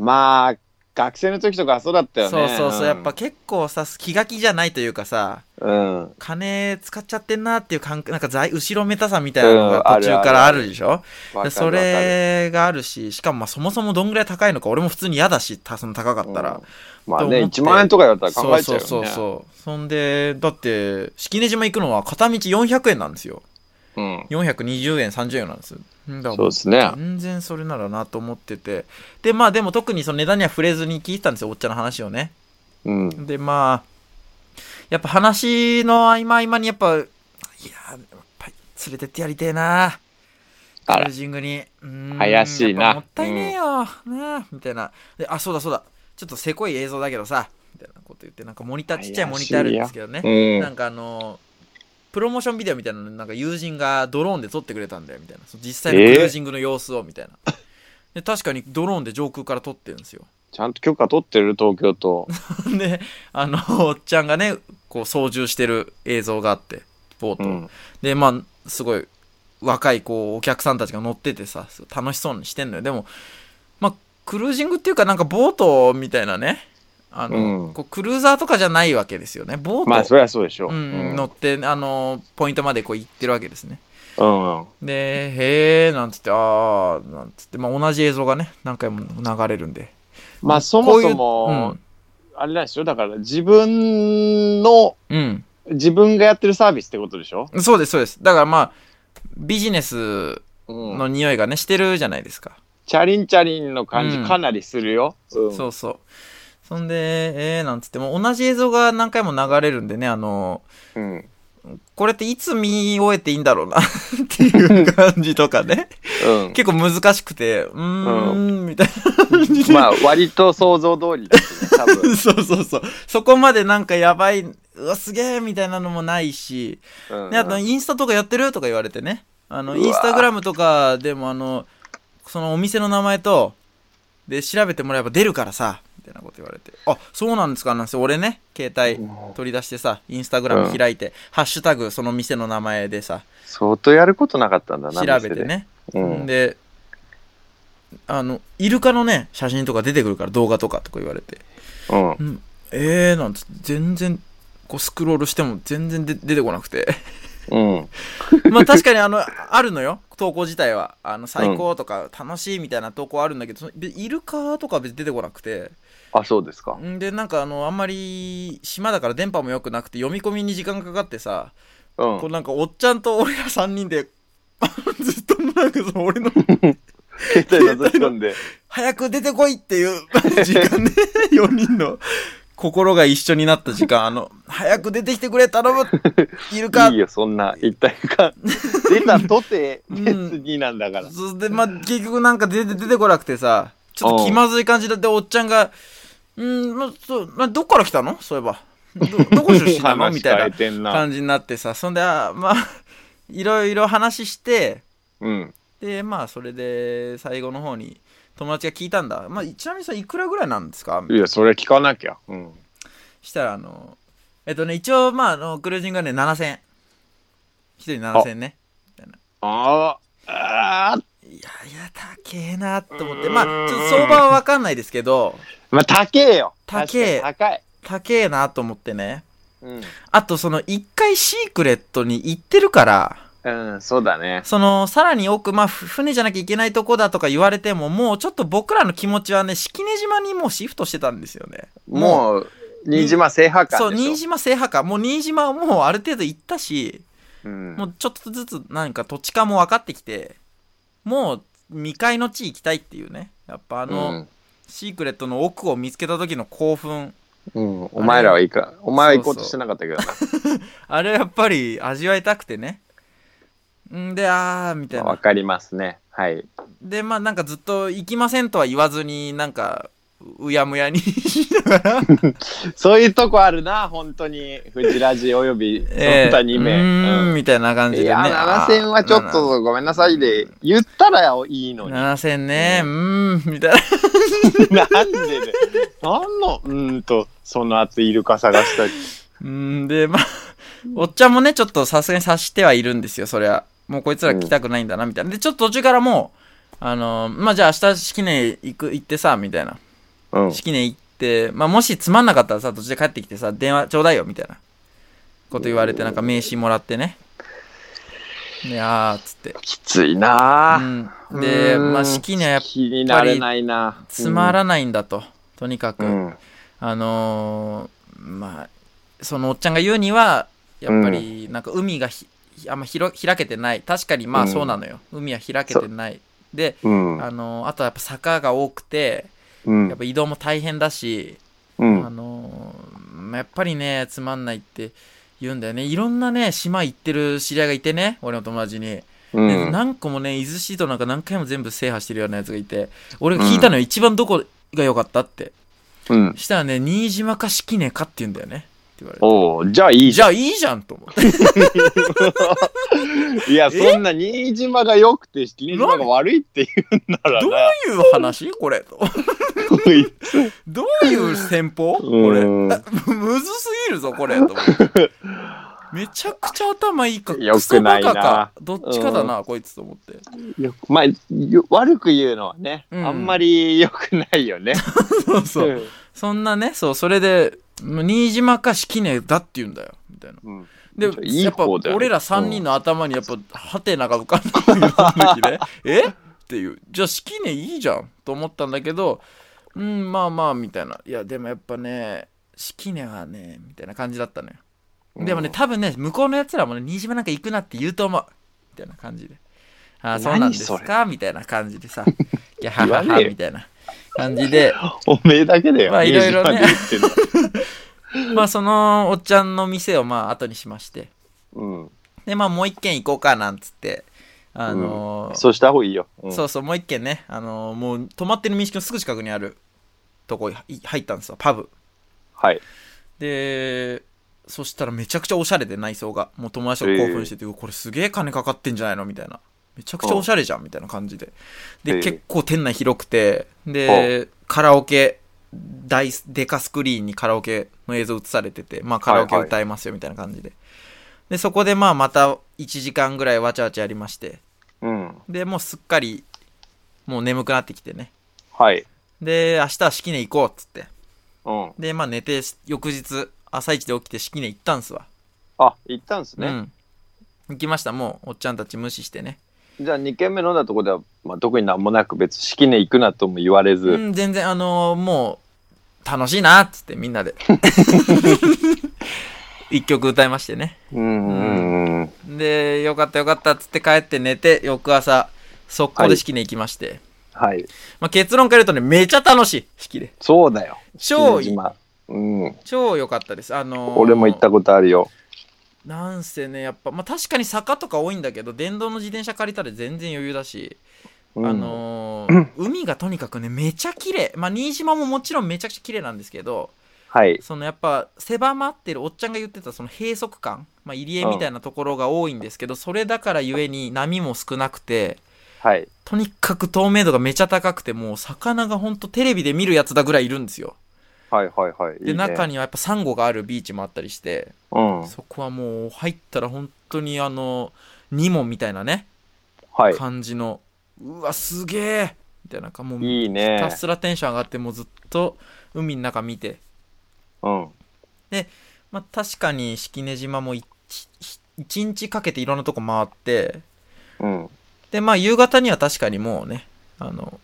まあ、学生の時とかそうだったよね。
そうそうそう、
ん
やっぱ。結構さ気が気じゃないというかさ
うん。
金使っちゃってんなっていう感覚なんかざい後ろめたさみたいなのが
う
途
んあるあ
中
る
からあるでしょ、
わかるわか
で
る
そ。れがあるししかもまあそもそもどんぐらい高いのか俺も普通に嫌だしたその高かったら、
うんまあ
と思っ
ね、
て
1万円とかだったら考えちゃう
そう
よね。
そうそうそうそんでだって式根島行くのは片道400円なんですよ
うん。
420円30円なんですだから
そうですね。
全然それならなと思っててでまあでも特にその値段には触れずに聞いてたんですよおっちゃんの話をね
うん。
でまあやっぱ話の合間合間にやっぱいややっぱり連れてってやりてえな
あ
クル
ら
ー、ジングに。うーん
怪しいな
やっぱもったいねえよ。なあ、みたいな。であ、そうだそうだ。ちょっとせこい映像だけどさ。みたいなこと言って、なんかモニター、ちっちゃいモニターあるんですけどね。
う
なんかあのプロモーションビデオみたいなのなんか友人がドローンで撮ってくれたんだよみたいなそう実際の
えー
クルージングの様子をみたいな、で確かにドローンで上空から撮ってるんですよ
ちゃんと許可取ってる東京都。
であのおっちゃんがねこう操縦してる映像があってボート
う
を、
ん。
でまあすごい若いこうお客さんたちが乗っててさそう楽しそうにしてんのよでもまあクルージングっていうかなんかボートみたいなねあの、
うん
こうクルーザーとかじゃないわけですよねボート、
まあ、そりゃそうでしょ。
う
うんん。
乗って、あのポイントまでこう行ってるわけですね。
うん。
で、へえ、なんつって、ああ、なんつって、まあ、同じ映像がね、何回も流れるんで。
まあ、そもそ
こう
も、あれなんでしょだから、自分の、
いう、うん、
自分がやってるサービスってことでしょ
うん、そうです、そうです。だからまあ、ビジネス
う
の
ん。
匂いがね、してるじゃないですか。
チャリンチャリンの感じ
うん
かなりするよ。うん
そうそう。そんで、ええなんつって、もう同じ映像が何回も流れるんでね、あの
うん。
これっていつ見終えていいんだろうなっていう感じと かね。
うん。
結構難しくて、うーん、みたいな 感じで。
まあ、割と想像通りですね、多 分。
そうそうそう。そこまでなんかやばい、うわ、すげえみたいなのもないし、
うん
であと、インスタとかやってるとか言われてね。あの、
うわ
インスタグラムとかでも、あの、そのお店の名前と、で、調べてもらえば出るからさ、みたいなこと言われて。あ、そうなんですかなんて、俺ね、携帯取り出してさ、インスタグラム開いて、ハッシュタグ、その店の名前でさ、
相当やることなかったんだな。
調べてね。
店で。うん。
で、あの、イルカのね、写真とか出てくるから、動画とかとか言われて。
うん。
うん、えー、なんつって全然こうスクロールしても全然で出てこなくて
うん。
まあ確かにあのあるのよ投稿自体はあの最高とか楽しいみたいな投稿あるんだけどそのでイルカとかは別に出てこなくて
あ、そうですか。
んでなんかあのあんまり島だから電波も良くなくて読み込みに時間かかってさ、
う。
こうんなんかおっちゃんと俺ら3人で ずっとなんかその俺の
携帯覗き込んで。
早く出てこいっていう時間ね、4人の心が一緒になった時間、あの、早く出てきてくれ、頼む、いるか
いい。よ、そんな一体 感。出たとて、別になんだから。
そで、まあ、結局なんか出て、出てこなくてさ、ちょっと気まずい感じだって、おっちゃんが、うんまあ、そう、まあ、どっから来たのそういえば。ど、どこ出身なのみたい
話変え
な
てんな。
感じになってさ、そんで、あまあ、いろいろ話して、
うん。
で、まあ、それで、最後の方に、友達が聞いたんだ。まあ、ちなみにさ、いくらぐらいなんですか
いや、それ聞かなきゃ。うん。
したらあのえっとね一応まああのクルージングはね7000円一人7000円ね
ああ、ああ、
いやいや高えなと思ってまあちょっと相場は分かんないですけど
まあ、高えよ。
高え
確かに
高えなと思ってね
高い。
あとその一回シークレットに行ってるから
うん。うん、そうだね。
そのさらに奥まあふ船じゃなきゃいけないとこだとか言われてももうちょっと僕らの気持ちはね式根島にもうシフトしてたんですよね
もう、新島制覇
そ
感
う
でしょ。
新島制覇かもう新島はもうある程度行ったし
うん
もうちょっとずつなんか土地化も分かってきて、もう未開の地行きたいっていうね。やっぱあの、シークレットの奥を見つけた時の興奮。
うん、うんお前らはいいか。お前は行こうとしてなかったけどな。
あれやっぱり味わいたくてね。んで、あー、みたい
わ
な。
かりますね。はい。
で、まあなんかずっと行きませんとは言わずに、なんか、うやむやに しながら。
そういうとこあるな、本当に。フジラジおよび、その他2名。
ええうーん、
うん
みたいな感じで
い
ね。
や、7000はちょっとごめんなさいで、言ったらいいのに。
7000ね、うーん、みたいな。
なんでね、なんの、うーんと、その後イルカ探したり。
うんで、まあ、おっちゃんもね、ちょっとさすがに察してはいるんですよ、そりゃ。もうこいつら来たくないんだな、みたいな。で、ちょっと途中からもう、あのーまあ、じゃあ明日式根行く、行ってさ、みたいな。
うん。
式根行って、まあ、もしつまんなかったらさ、途中で帰ってきてさ、電話ちょうだいよ、みたいな。こと言われて、なんか名刺もらってね。いやー、つって。
きついなぁ。
うん、で、
うーん
まあ、式根はやっぱ
気になれないな
つまらないんだと。とにかく。
うん。
あのーまあそのおっちゃんが言うにはやっぱりなんか海がひあんまひろ開けてない確かにまあ
うん
そうなのよ、海は開けてないで、
うん。
あのーあとはやっぱ坂が多くて
うん
やっぱ移動も大変だし、
うん
あのーまあやっぱりねつまんないって言うんだよねいろんなね島行ってる知り合いがいてね俺の友達に
う
ね
ん。
何個もね伊豆シートなんか何回も全部制覇してるようなやつがいて俺が聞いたのよ、一番どこが良かったって
うん。
したらね新島か式根かって言うんだよねって言われて
おうじゃあいい
じ
じゃ
ゃあいいじゃんと思って
ん。いや、そんな新島が良くて、新島が悪いって言うんなら
どう
な。
いう話これとどういう戦法これ
うん
むずすぎるぞこれと思 ってめちゃくちゃ頭いいか
よ
クソ
くな
バ
いな
カかどっちかだなこいつと思って
よまあ、よ悪く言うのはね、
うん
あんまり良くないよね。
そうそうそんなねそうそれで新島か式根だって言うんだよみたいな
うん。
で、
じゃあいい
やっぱ
方だよね
俺ら3人の頭にやっぱ、ハテナが浮かんでる時ね、 えっていう、じゃあ式根いいじゃんと思ったんだけど、うん、まあまあみたいな、いや、でもやっぱね、式根はね、みたいな感じだったのよ。でもね、多分ね、向こうのやつらもね、新島なんか行くなって言うと思う。みたいな感じで。ああ、そうなんです
何
かみたいな感じ でさ、いや、は
言わ
は
ね
は、
えよ
みたいな感じで、
おめえだけだよ。
まあいろいろね
新島で言 ってん
まあそのおっちゃんの店をまあ後にしまして、
の
でまあもう一軒行こうかなんつってあのー
うん。
そ
そうした方がいいよ。うん
うそうもう一軒ね、あのーもう泊まってる民宿のすぐ近くにあるとこい入ったんですよパブ
はい。
でそしたらめちゃくちゃおしゃれで内装がもう友達と興奮してて、うわこれすげえ金かかってんじゃないのみたいなめちゃくちゃおしゃれじゃんみたいな感じでで、
ええ
結構店内広くてでカラオケ大スデカスクリーンにカラオケの映像映されててまあカラオケ
はいはい
歌えますよみたいな感じで、でそこでまあまた1時間ぐらいわちゃわちゃやりまして
うん。
でもうすっかりもう眠くなってきてね
はい。
で明日は式根行こうっつって
うん。
でまあ寝て翌日朝一で起きて式根行ったんすわ
あ、行ったんす
う
ね。
ん、行きましたもうおっちゃんたち無視してね、
じゃあ2軒目飲んだとこでは、まあ、特になんもなく別に式根行くなとも言われず、
うん、全然あのーもう楽しいなっつってみんなで 一曲歌いましてね
うんうんうん
でよかったよかったっつって帰って寝て翌朝速攻で式根行きまして、
はい
まあ、結論から言うとねめちゃ楽しい式根
そうだよ
超いい
新島うん
超良かったですあのー
俺も行ったことあるよ
なんせねやっぱ、まあ、確かに坂とか多いんだけど電動の自転車借りたら全然余裕だし
うん
あのー海がとにかくねめちゃ綺麗まあ新島ももちろんめちゃくちゃ綺麗なんですけど
はい
そのやっぱ狭まってるおっちゃんが言ってたその閉塞感、まあ、入り江みたいなところが多いんですけど、それだからゆえに波も少なくて
はい
とにかく透明度がめちゃ高くてもう魚がほんとテレビで見るやつだぐらいいるんですよ
はいはいはい
で中にはやっぱサンゴがあるビーチもあったりして
うん
そこはもう入ったら本当にあのニモンみたいなね
はい
感じのうわすげえみたいななんかもう
いい
ひ
ね
たすらテンション上がってもうずっと海の中見て、
うん
まあ、確かに式根島も一一日かけていろんなとこ回って
うん
でまあ夕方には確かにもうねあの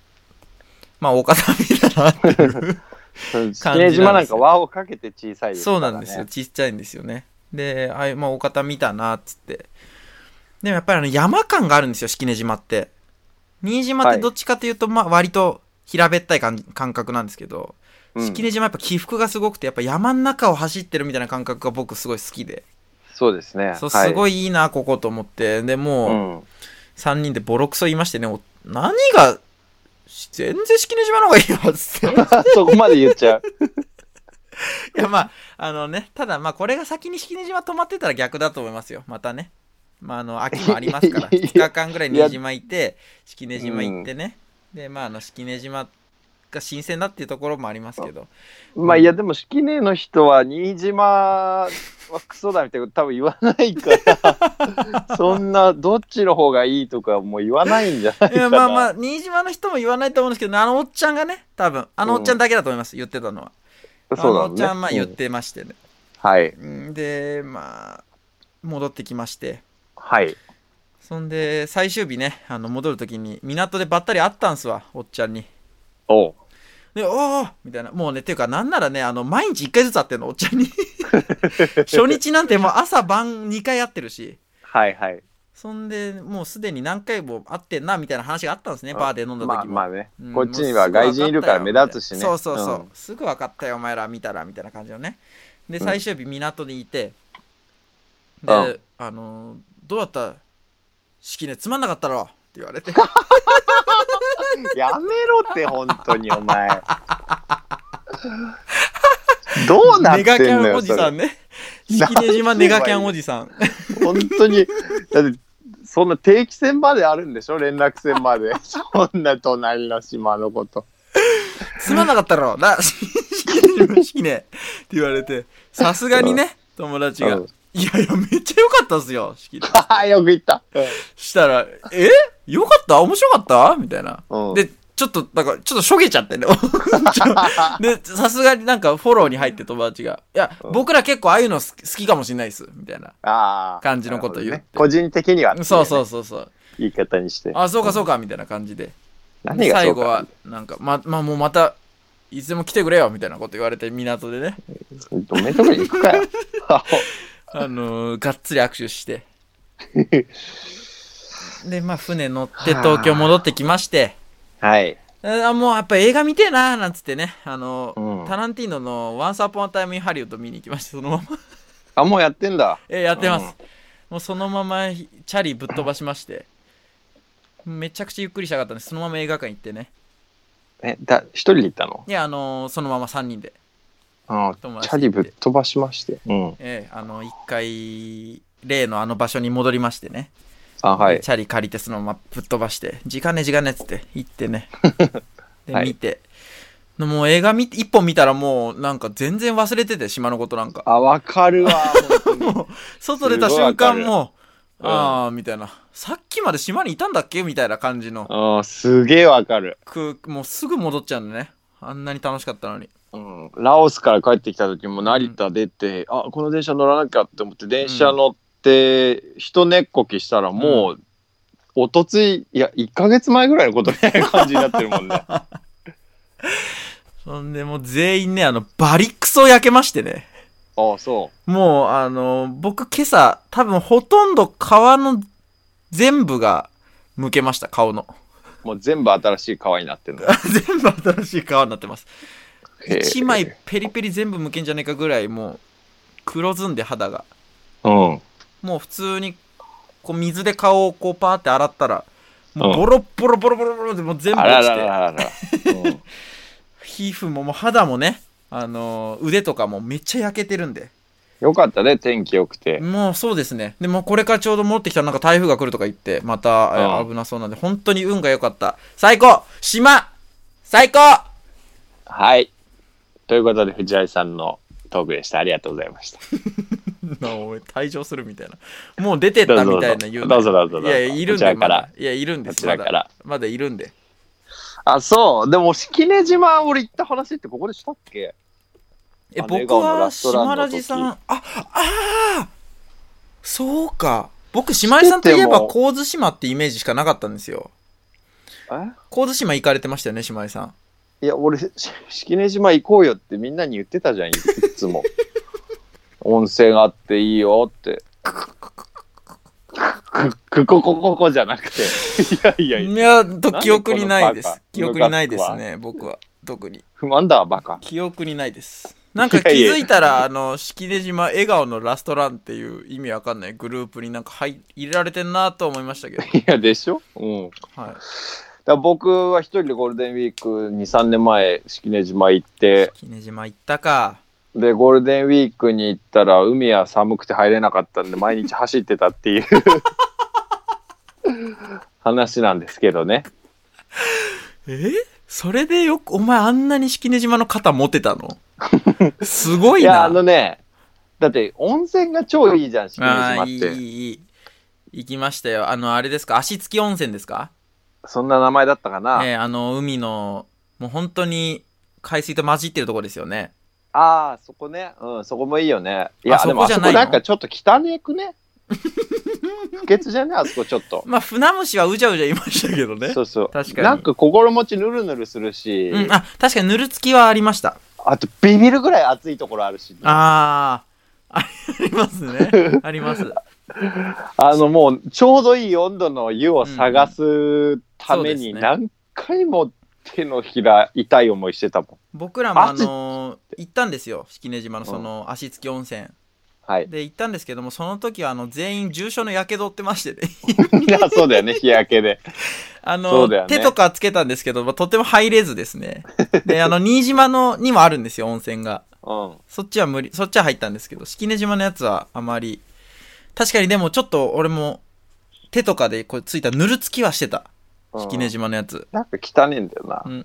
まあ大方見たなっていう
式根島なんか輪をかけて小さい
そうなんですよちっちゃいんですよねであいまあ大方見たなっつってでもやっぱりあの山感があるんですよ式根島って新島っ
は
て
い
どっちかというと、まあ割と平べったい感じ感覚なんですけど、式根
島
島やっぱ起伏がすごくてやっぱ山の中を走ってるみたいな感覚が僕すごい好きで
そうですね
そう
は
すごいいいなここと思ってで
う
もうん3人でボロクソ言いましてねお何がし全然式根島の方がいいよっつって い
そこまで言っ ちゃう
やまああのねただまあこれが先に式根島泊まってたら逆だと思いますよまたねまああの秋もありますから2日間 ぐらい新島いて式根島行ってね、でまああの式根島が新鮮だっていうところもありますけど
まあいやでも式根の人は新島はクソだみたいなこと多分言わない からそんなどっちの方がいいとかもう言わないんじゃない
い
かな
やまあまあ新島の人も言わないと思うんですけどあのおっちゃんがね多分あのおっちゃんだけだと思います、言ってたのは
そうだ
あのお
ね
っちゃんはまあ言っ
うん
てましてね、
はい
うんでまあ戻ってきまして
はい
そんで最終日ねあの戻る時に港でばったり会ったんすわおっちゃんに
おう
でおおみたいなもうねっていうかなんならねあの毎日1回ずつ会ってんのおっち ゃんに初日なんてもう朝晩2回会ってるし
はいはい
そんでもうすでに何回も会ってんなみたいな話があったんですねバーで飲んだ時も、
まあまあね
うん
こっちには外人いるから目立つしね
そうそうそう、
ん
すぐ分かったよお前ら見たらみたいな感じのねで
うん
最終日港にいて、
う
で
ん
あのーどうだった式ねつまんなかったろって言われて
やめろって、本当に、お 前。どうなっ
ネガ
て
キ
んの
ャンお
よ、
じ
そ
さ
れ
ん。ね式根島ネガキャンおじさん
本当に。だって、そんな定期船まであるんでしょ連絡船ま で。そんな隣の島のこと。
つまんなかったろな 式根って言われてさすがにね友達が
うん
いやいやめっちゃ良かったっすよ式根
ああ、よく言った。
したらえ良かった面白かったみたいな
うん
でちょっとなんかちょっとしょげちゃってね でさすがになんかフォローに入って友達が「いや
うん
僕ら結構ああいうの好き好きかもしれないです」みたいな
ああ。
感じのこと言う
なるほどね個人的には。
そうそうそうそう
言い方にして。
あそうかそうかみたいな感じで
何
で
がそ
最
う
後は
か。
なんかままあもうまたいつでも来てくれよみたいなこと言われて港でね
どめとこに行くか よ。
あのー、がっつり握手して。で、まあ、船乗って
はあ
東京戻ってきまして、
はい。
あもうやっぱ映画見てえなーなんつってね、あのー
うん
タランティーノの Once Upon a Time in Hollywood 見に行きまして、そのまま、
あ、もうやってんだ。
えーやってます。
うん
もうそのままひチャリぶっ飛ばしまして、めちゃくちゃゆっくりしたかったんで、そのまま映画館行ってね。
え、だ、一人で行ったの
いや、あのーそのまま3人で、
うん。チャリぶっ飛ばしまして。うん。
えーあのー、1回、例のあの場所に戻りましてね。
あ、はい。
チャリ借りてそのままぶっ飛ばして「時間ね時間ね」っつって行っ てねで、
はい
見てのもう映画見て一本見たらもうなんか全然忘れてて島のことなんか
あ、わかるわ。本当に
外出た瞬間も
す
う
ごいわかる
ああみたいなさっきまで島にいたんだっけみたいな感じの
うん、すげえわかる。
空もうすぐ戻っちゃうんだねあんなに楽しかったのに
うん、ラオスから帰ってきた時も成田出て、あこの電車乗らなきゃって思って電車乗って一根っこきしたらもう、おとついいや1か月前ぐらいのことみたいな感じになってるもんね
そんでもう全員ねあのバリクソ焼けましてね
ああそ
もうあの僕今朝多分ほとんど皮の全部がむけました顔の
うもう全部新しい川になってるの
全部新しい皮になってます
へえ
1枚ペリペリ全部むけんじゃねえかぐらいもう黒ずんで肌が
うん
もう普通にこう水で顔をこうパーって洗ったらもううんボロッボロボロボロボロでもう全部
あら
落ち
ら
て
ららら、うん、
皮膚ももう肌もねあのー腕とかもめっちゃ焼けてるんで
よかったね天気良くて
もうそうですねでもうこれからちょうど持ってきたらなんか台風が来るとか言ってまた、えー
うん
危なそうなんで本当に運が良かった最高島最 高
はいということで藤井さんのトークでしたありがとうございま した
なお前退場するみたいなもう出てったみたいな言うな
どうぞどうぞどうぞどうぞ
いやいやいる
こ
ん
ち
で
ら
ま
か
だ
ら
いやいるんで
こ
す
ち
ま
らか
だ
ら
まだいるんで
あそうでも式根島俺行った話ってここでしたっけ
え
あの
僕
笑顔の
は
ラストラン
島
の
ラ
時
ジさんあああそうか僕島地さんといえ
してて
ば
も
神津島ってイメージしかなかったんですよ
え
神津島行かれてましたよね島地さん
いや、俺、し式根島行こうよってみんなに言ってたじゃん、いつも。温泉あっていいよって。く、くここここじゃなくて。いやいや、
いやと記憶にないで
なん
す
でこのバカ
記憶にないですね僕は特に
不満だわ、バカ。
記憶にないですなんか
い
気
やいや
づいたらあの式根島笑顔のラストランっていう意味わかんないグループになんか入入れられてんなと思いまし たけど、
いや、でしょうん。
はい、
だから僕は一人でゴールデンウィーク2、3年前、式根島行って、
式根島行ったか
で、ゴールデンウィークに行ったら、海は寒くて入れなかったんで、毎日走ってた っていう話なんですけどね。
えそれでよくお前あんなに式根島の肩持てたのすごい
い
な
や、あのね、だって温泉が超いいじゃん、式根
あ
島
あ
っ
いい
て。
いいいい行きましたよあのあれですか足つき温泉ですか
そんな名前だったかな。
ええあの海のもう本当に海水と混じってるとこですよね
ああ、そこね。うん、そこもいいよね。い
あ
や、
そこ
でもあ
じゃ
そ
な
こ
いの
なんかちょっと汚ねくね。不潔じゃねあそこちょっと。
まあ船虫はうじゃうじゃいましたけどね
そうそう。
確かに
なんか心持ちぬるぬるするし、
うん、あ確かにぬるつきはありました
あとビビるぐらい暑いところあるし、
あ あ、ありますね。 あります。
あのもうちょうどいい温度の湯を探すため
う
に
んうん
何回も手のひら痛い思いしてたもん。
僕らもあ
足
のー行ったんですよ、式根島のその足つき温泉。
はい。
で行ったんですけどもその時はあの全員重症のやけど負ってましてね
いやそうだよね、日焼けで。
あ
そ
の、
うだよね
手とかつけたんですけど、まあとても入れずですねであの新島のにもあるんですよ温泉が
うん。
そっちは無理そっちは入ったんですけど式根島のやつはあまり確かにでもちょっと俺も手とかでこうついたぬるつきはしてた式根島のやつ
なんか汚ねえんだよな。
うん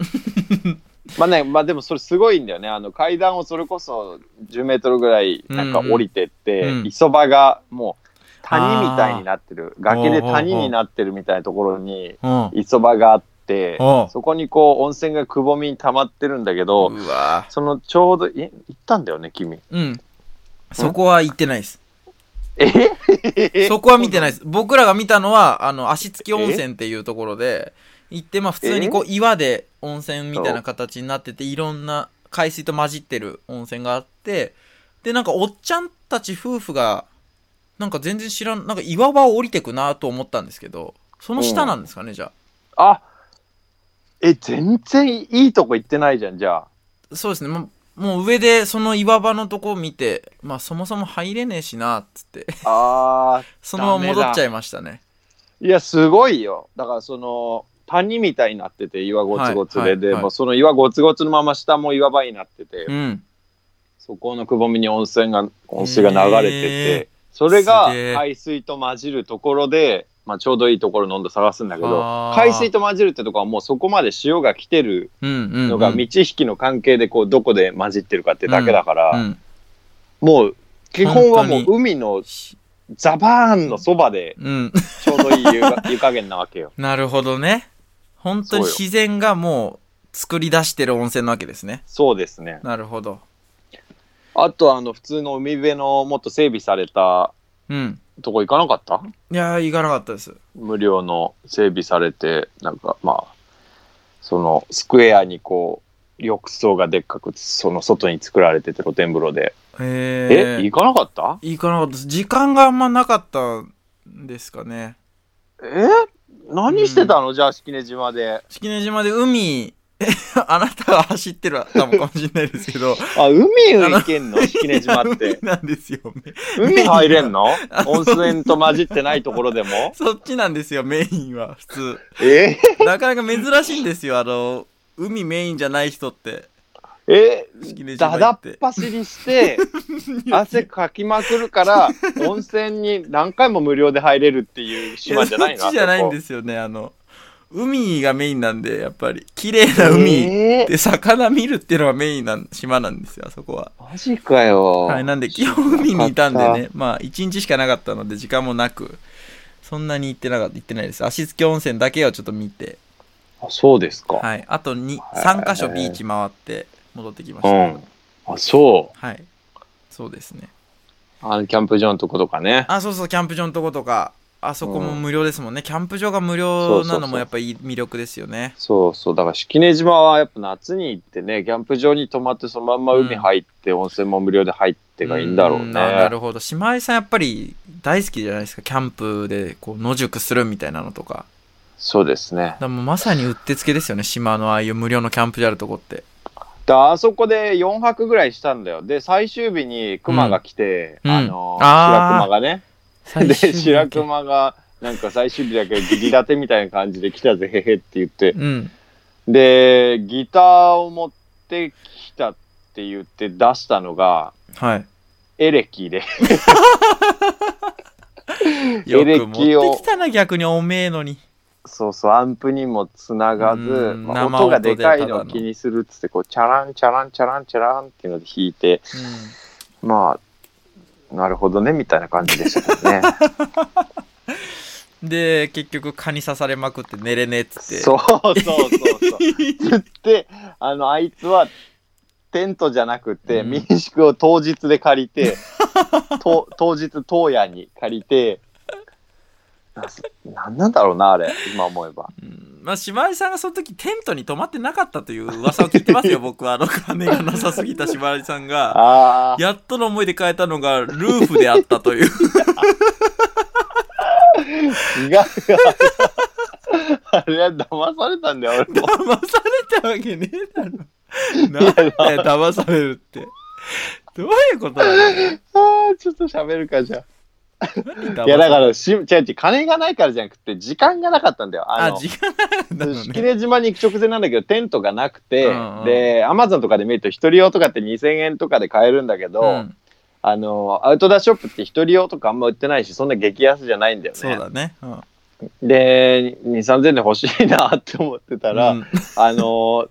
まあね、まあでもそれすごいんだよね。あの階段をそれこそ10メートルぐらいなんか降りてって、
うんうん
磯場がもう谷みたいになってる。崖で谷になってるみたいなところに
うん
磯場があって、
おう
そこにこう温泉がくぼみに溜まってるんだけど、
うわ
そのちょうど、え、行ったんだよね、君。
うんそこは行ってないです
え
そこは見てないです。僕らが見たのは、あの、足つき温泉っていうところで、行って、まあ普通にこう岩で温泉みたいな形になってて、いろんな海水と混じってる温泉があって、で、なんかおっちゃんたち夫婦が、なんか全然知らん、なんか岩場を降りてくなと思ったんですけど、その下なんですかね、じゃ
あえ、全然いいとこ行ってないじゃん、じゃあ。
あ。そうですね、もうもう上でその岩場のとこを見て、まあそもそも入れねえしな、っつ って、
あ
そのまま戻っちゃいましたね。
ー、いや、すごいよ。だからその、谷みたいになってて、岩ゴツゴツで、
はいはい
で
はい
もうその岩ゴツゴツのまま下も岩場になってて、
うん。
そこのくぼみに温泉が、温水が流れてて、
へー
それが
すげー
海水と混じるところで、まあ、ちょうどいいところの温度探すんだけど、
あー
海水と混じるってとこはもうそこまで潮が来てる
うんうん、うん。
のが満ち引きの関係でこうどこで混じってるかってだけだから、
うん
もう基本はもう
本当
海のザバーンのそばで
うん。
ちょうどいい湯が湯加減なわけよ。
なるほどね。本当に
そうよ
自然がもう作り出してる温泉なわけですね。
そうですね。
なるほど。
あとあの普通の海辺のもっと整備された
うん。
とこ行かなかった
いやー、行かなかったです。
無料の整備されてなんかまあそのスクエアにこう浴槽がでっかくその外に作られてて露天風呂で。え
えー、
行かなかった
行かなかったです。時間があんまなかったんですかね。
え何してたの、じゃあ式根島で。
式根島で海、 えあなたが走ってるかもかもしれないですけど、
あ海行けんの式根島っ
いや
て。
海なんですよね。
海入れんの温泉と混じってないところ でも
そっちなんですよ、メインは、普通。
え
なかなか珍しいんですよ、あの、海メインじゃない人って。
え
式根
だ
島
だ
行
っ
って。
走り して汗かきまくるから温泉に何回も無料で入れるっていう島じゃないの
やそっちじゃないんですすよねあの海がメインなんでやっぱり綺麗な海
えー
で魚見るっていうのがメインなん島なんですよあそこは
マジかよ
はいなんで基本海にいたんでねまあ一日しかなかったので時間もなくそんなに行ってなかった行ってないです足つき温泉だけをちょっと見て
あそうですか、
はいあとに
へー
3箇所ビーチ回って戻ってきまし
う
た、
んあそう
はいそうですね
あのキャンプ場のとことかね
あそうそうキャンプ場のとことかあそこも無料ですもんね、キャンプ場が無
そう
料
そうそう
なのもやっぱいい魅力ですよね
そうそうだから式根島はやっぱ夏に行ってねキャンプ場に泊まってそのまんま海入って、温泉も無料で入ってがいいんだろうね
んななるほど島井さんやっぱり大好きじゃないですかキャンプでこう野宿するみたいなのとか
そうですね
だからもうまさにうってつけですよね島のああいう無料のキャンプであるとこって
だあそこで4泊ぐらいしたんだよで最終日にクマが来て、
うん
あの
うんあー
白熊がねで白熊がなんか最終日だけギリ立てみたいな感じで来たぜへへって言って
うん
でギターを持ってきたって言って出したのが
はい
エレキで
よ
エレ
く
キを
持ってきたな逆におめえのに
そうそうアンプにもつながず、
うん
まあ
生
音
音で
がでかいの
ただ
を
の
気にするっつってこうチャランチャランチャランチャランっていうので弾いてまあなるほどねみたいな感じでしたけどね。
うんで結局蚊に刺されまくって寝れねえっつって
そうそうそうそう。つってあのあいつはテントじゃなくて、
うん
民宿を当日で借りてと当日当夜に借りてななんなんだろうなあれ今思えば。
うんまあ島井さんがその時テントに泊まってなかったという噂を聞いてま すよ僕はあの金がなさすぎた島井さんが
ああ
やっとの思いで変えたのがルーフであったという
違う よ。あれは騙されたんだよ俺も。
騙されたわけねえだろなんだよ騙されるってどういうことだよ
ーちょっと喋るかじゃあ。いやだからし、違う違う、金がないからじゃなくて、時間がなかったんだよ。あ
あ
の、
時間なかったの
式
ね
根島に行く直前なんだけど、テントがなくて、
うんうん
で、アマゾンとかで見ると、一人用とかって2000円とかで買えるんだけど、
うん
あの、アウトドアショップって一人用とかあんま売ってないし、そんな激安じゃないんだよね。
そうだねうん
で、2、3000円で欲しいなって思ってたら、
うん
あの、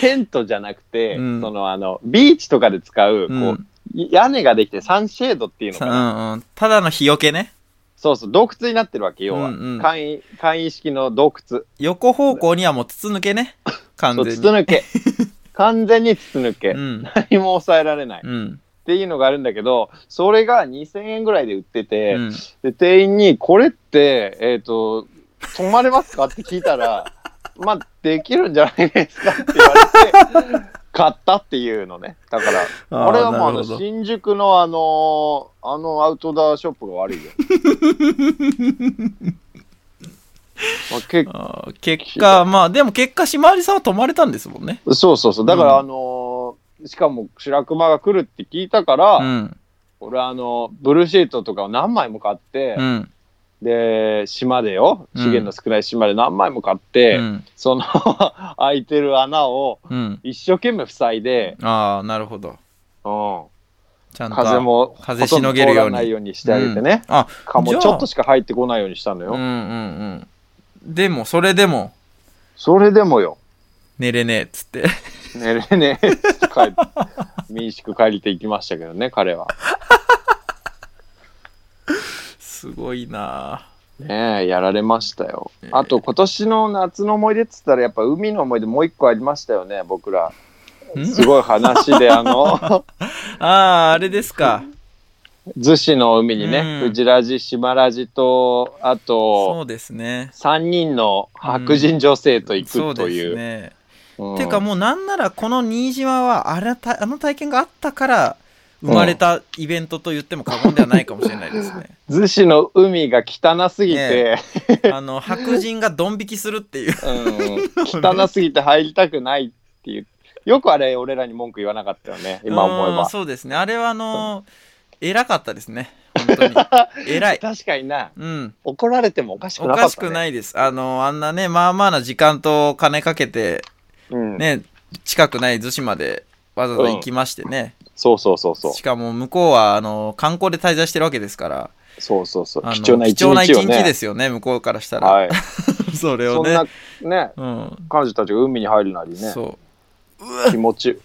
テントじゃなくて、
うん
その、あの、ビーチとかで使う、こう、
うん
屋根ができてサンシェードっていうの
さ
かな。
うんうんただの日よけね
そうそう、洞窟になってるわけ、要は。
うんうん
簡易、簡易式の洞窟。
横方向にはもう筒抜けね完
そう、
全
筒
に
抜け。完全に筒抜け。
うん
何も抑えられない。
うん
っていうのがあるんだけど、それが2000円ぐらいで売ってて、
うん
で店員に、これって、えっ、と、泊まれますかって聞いた ら、まあ、できるんじゃないですかって言われて、買ったっていうのね。だから、
あー
あれはもうあ
な
の
るほど
新宿のあのーあのアウトドアショップが悪 いよ。まあ、け
あー結果まあでも結果ひまわりさんは泊まれたんですもんね
そうそうそう。だか
う
ら
ん
あのーしかも白熊が来るって聞いたから、
うん
俺あのブルーシートとかを何枚も買って、
うん
で島でよ資源の少ない島で何枚も買って、
うん
その 空いてる穴を
うん
一生懸命塞いで、
ああなるほど
うん、
ちゃんと
風も
風しのげるよう
ほとんど通らない
に
ようにしてあげてね、
あ
かも
じゃあ
ちょっとしか入ってこないようにしたのよ、
うんうんうんでもそれでも
それでもよ
寝れねえっつって
寝れねえって帰って民宿帰りて行きましたけどね彼は
すごいな
ねえやられましたよ
ええ
あと今年の夏の思い出っつったらやっぱ海の思い出もう一個ありましたよね僕ら
ん
すごい話であ の
ああーあれですか
逗子の海にね、
うん
藤ラジ島ラジとあ
そ
と
うですね
3人の白人女性と行
そう
くと
で
いう,
す
うん、
ねていうかもうなんならこの新島はあれたあの体験があったから生まれたイベントと言っても過言ではないかもしれないですね。
逗子の海が汚すぎて、
あの白人がドン引きするっていう。
うん、汚すぎて入りたくないっていうよくあれ俺らに文句言わなかったよね 今思え
うん
ば
そうですね。あれはあの偉かったですね。本当に。偉い。
確かにな
うん。
怒られてもおかしく
お
なか
か
っ、
した
ね、
くないです。あの、あんなね、まあまあな時間と金かけて、
うん、
ね、近くない逗子までわざわざ行きましてね。
そうそうそうそう
しかも向こうは、あの、観光で滞在してるわけですから、
そうそうそう
あの
貴重な一
貴重な
日
一
をね
日ですよね、向こうからしたら。
はい、
それ
そ
を
ん
ね。
なね
うん。
彼女たちが海に入るなりね
そ
気持ち
う。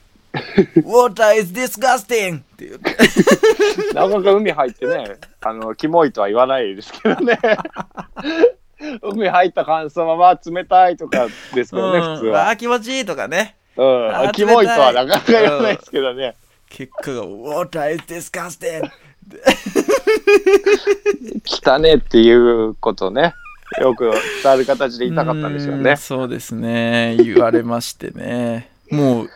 Water is disgusting! って言って。
なかなか海入ってね あのキモいとは言わないですけどね 海入った感想はまあ冷たいとかですけ
う
どね、普通
ん、あ
は、
ー気持ちいいとかね。
うん、
あ
あキモいとはなかなか言わないですけどね、
結果が Water is disgusting!
汚ねっていうことねよく伝わる形で言いたかったんですよ
うー
ね
んそうですね。言われましてね。もう、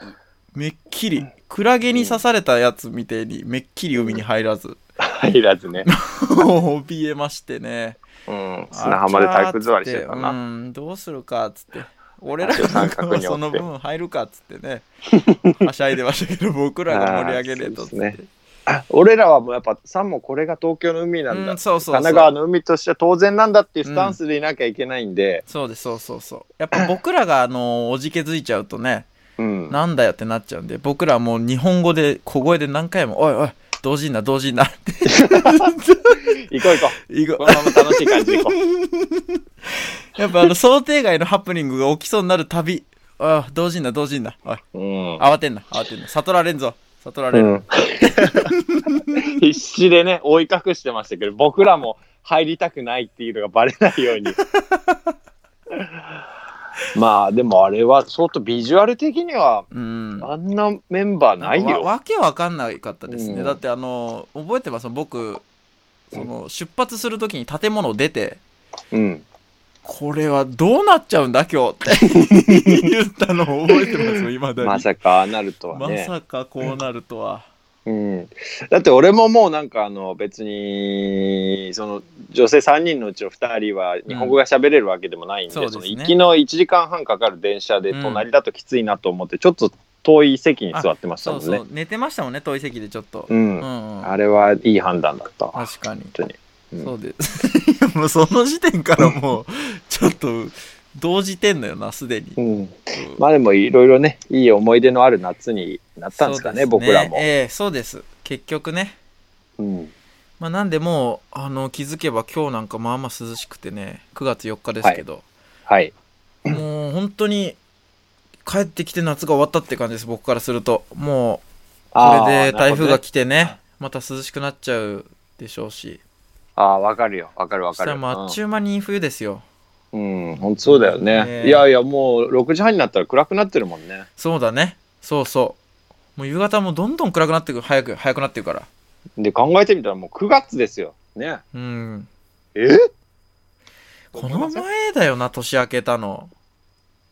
めっきり、クラゲに刺されたやつみたいに、めっきり海に入らず、
入ら ずね、
怯えましてね。
うん、砂浜で体育座りしてた
あ
な
ーっつってうん、どうするかっつって。俺ら
足を三角
が
に折って
その分入るかっつってね。はしゃいでましたけど、僕らが盛り上げねえとっ
あ
つっ
ーそう
て
で。俺らはもうやっぱさもこれが東京の海なんだ、
うん、そうそうそう。
神奈川の海としては当然なんだっていうスタンスでいなきゃいけないんで、
そうです、そうそうそう。やっぱ僕らが、あの、おじけづいちゃうとね、
うん
なんだよってなっちゃうんで、僕らはもう日本語で、小声で何回も、おいおい、同時にな、同時になって。
行こう行こ
いう
こ
ご
のまま楽しい感じで行こう
やっぱあの、想定外のハプニングが起きそうになるたび、ああ、同時にな、同時にな。おい、
うん、
慌てんな、慌てんな。悟られんぞ、悟られる。
うん必死でね覆い隠してましたけど僕らも入りたくないっていうのがバレないよう にまあでもあれは相当ビジュアル的には
うん
あんなメンバーない
わ
よ
わけわかんないかったですね、
うん
だってあの覚えてます僕その出発するときに建物を出て
うん
これはどうなっちゃうんだ今日っ て言ったのを覚えてますよ今だに
まさかああなるとは
ま
ね、
さかこうなるとは、
うん、だって俺ももうなんかあの別にその女性3人のうちの2人は日本語が喋れるわけでもないんで,、
うんそうで
そ
す
の
ね
行きの1時間半かかる電車で
うん
隣だときついなと思ってちょっと遠い席に座ってましたも
そうんそ
ね
う。寝てましたもんね、遠い席でちょっと。
う、
うんん、うん。
あれはいい判断だったわ
確かに。
当にうん
そうです。 いやもうその時点からもう、ちょっと、動じてんのよな、すでに。
うん、まあでもいろいろねいい思い出のある夏になったんですかね
そう
僕らも、
ええそうです。結局ね。
うん、
まあ、なんでもうあの気づけば今日なんかまあまあ涼しくてね9月4日ですけど、
はい
もう本当に帰ってきて夏が終わったって感じです僕からするともう
あ
こ
ー
れで
な
台風が
るほどね
来てねまた涼しくなっちゃうでしょうし
ああわかるよわかるわ
そし
か
た
る
らもうあっちゅう間に冬ですよ、
うん、うん本当そうだよね、
ねえ
いやいやもう6時半になったら暗くなってるもんね
そうだねそうそうもう夕方もどんどん暗くなってくる早く早くなってるから
で考えてみたらもう9月ですよね
うん
え
この前だよな年明けたの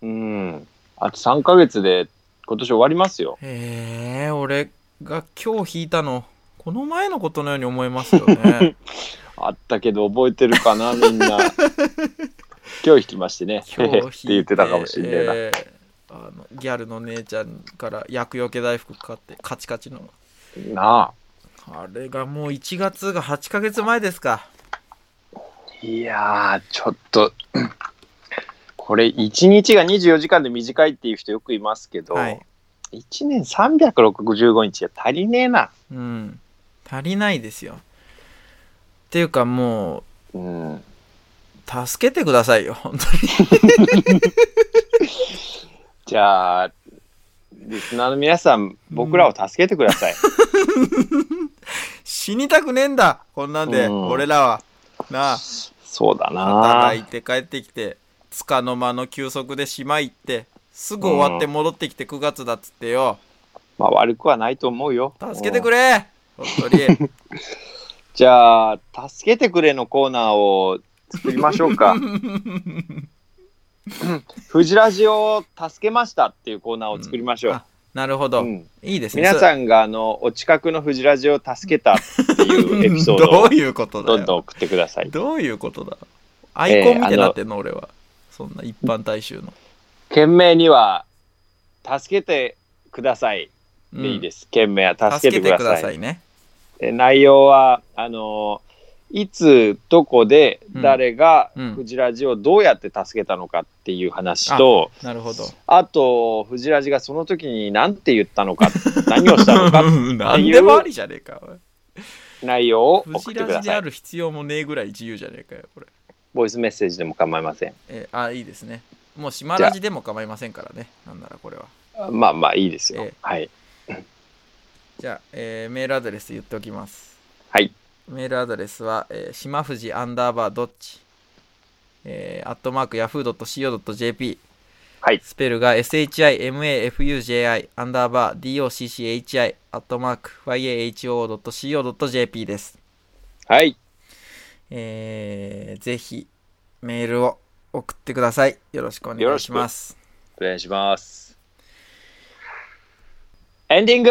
うんあと3ヶ月で今年終わりますよ
ええ俺が今日引いたのこの前のことのように思います よね
あったけど覚えてるかなみん な今日引きましてねへ
今
へっ
日引
て
い
言ってたかもしんねえな、
えーあのギャルの姉ちゃんから厄除け大福買ってカチカチの
な
あれがもう1月が8ヶ月前ですか
あいやーちょっとこれ1日が24時間で短いっていう人よくいますけど、
はい
1年365日じゃ足りねえな
うん足りないですよっていうかも
うん
う助けてくださいよ 本当
じゃあリスナーの皆さん僕らを助けてください、
に死にたくねえんだこんなんで
うん
俺らはな
そうだ
あ
な
働いて帰ってきてつかの間の休息で島行ってすぐ終わって戻ってきて9月だっつってよ
まあ悪くはないと思うよ
助けてく
れ
れ本当に
じゃあ助けてくれのコーナーを作りましょう かフジラジオを助けましたっていうコーナーを作りましょう、
あなるほど、
うん
いいですね
皆
そ
さんがあのお近くのフジラジオを助けたっていうエピソード
ど
を
ういうことだよ
どんどん送ってください
どういうことだアイコンみたいになってんの、俺はそんな一般大衆の、
懸命には助けてください
うん
でいいです、懸命は助け
助け
て
て
くださ
く
い
ださいね
え内容はあのいつどこで誰が
うんうん
フジラジをどうやって助けたのかっていう話と、
なるほど
あとフジラジがその時に何て言ったの か何をしたのか
何でもありじゃねえかおい
内容を
フ
送
ジ
ってく
ラ
だ
ジで
さ
あ
い
る必要もねえぐらい自由じゃねえかよこれ
ボイスメッセージでも構いません
えあいいですねもう島ラジでも構いませんからねなんならこれは
まあまあいいですよ、
ええ
はい
じゃあ、えーメールアドレス言っておきます
はい
メールアドレスは、えー、しまふじアンダーバーどっち、えー、アットマーク yahoo.co.jp
はい
スペルが shimafuji アンダーバー docchi アットマーク yaho.co.jp です。
はい
えー、ぜひメールを送ってください。よろしくお願いします。
お願いしますエンディング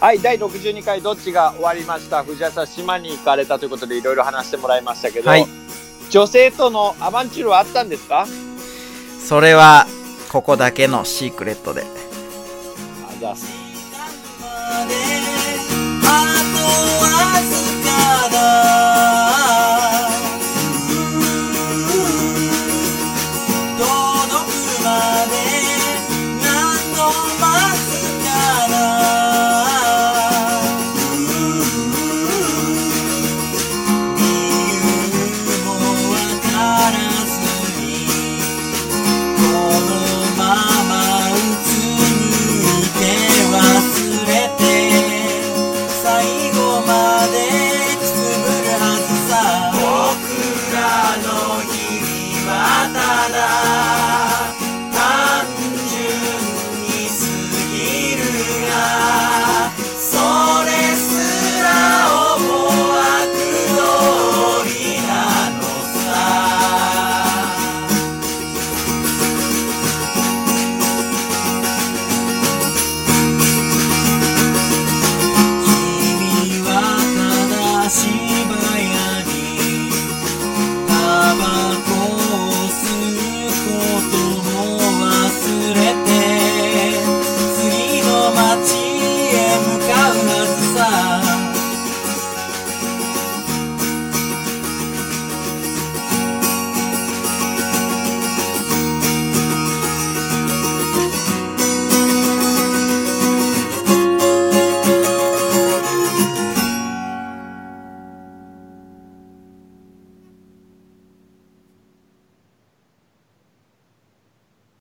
はい第62回どっちが終わりました藤原さん島に行かれたということでいろいろ話してもらいましたけど、
はい
女性とのアバンチュールはあったんですか
それはここだけのシークレットで。
あざっす
このままうつむいて忘れて最後までくすぶるはずさ僕らの日々はただ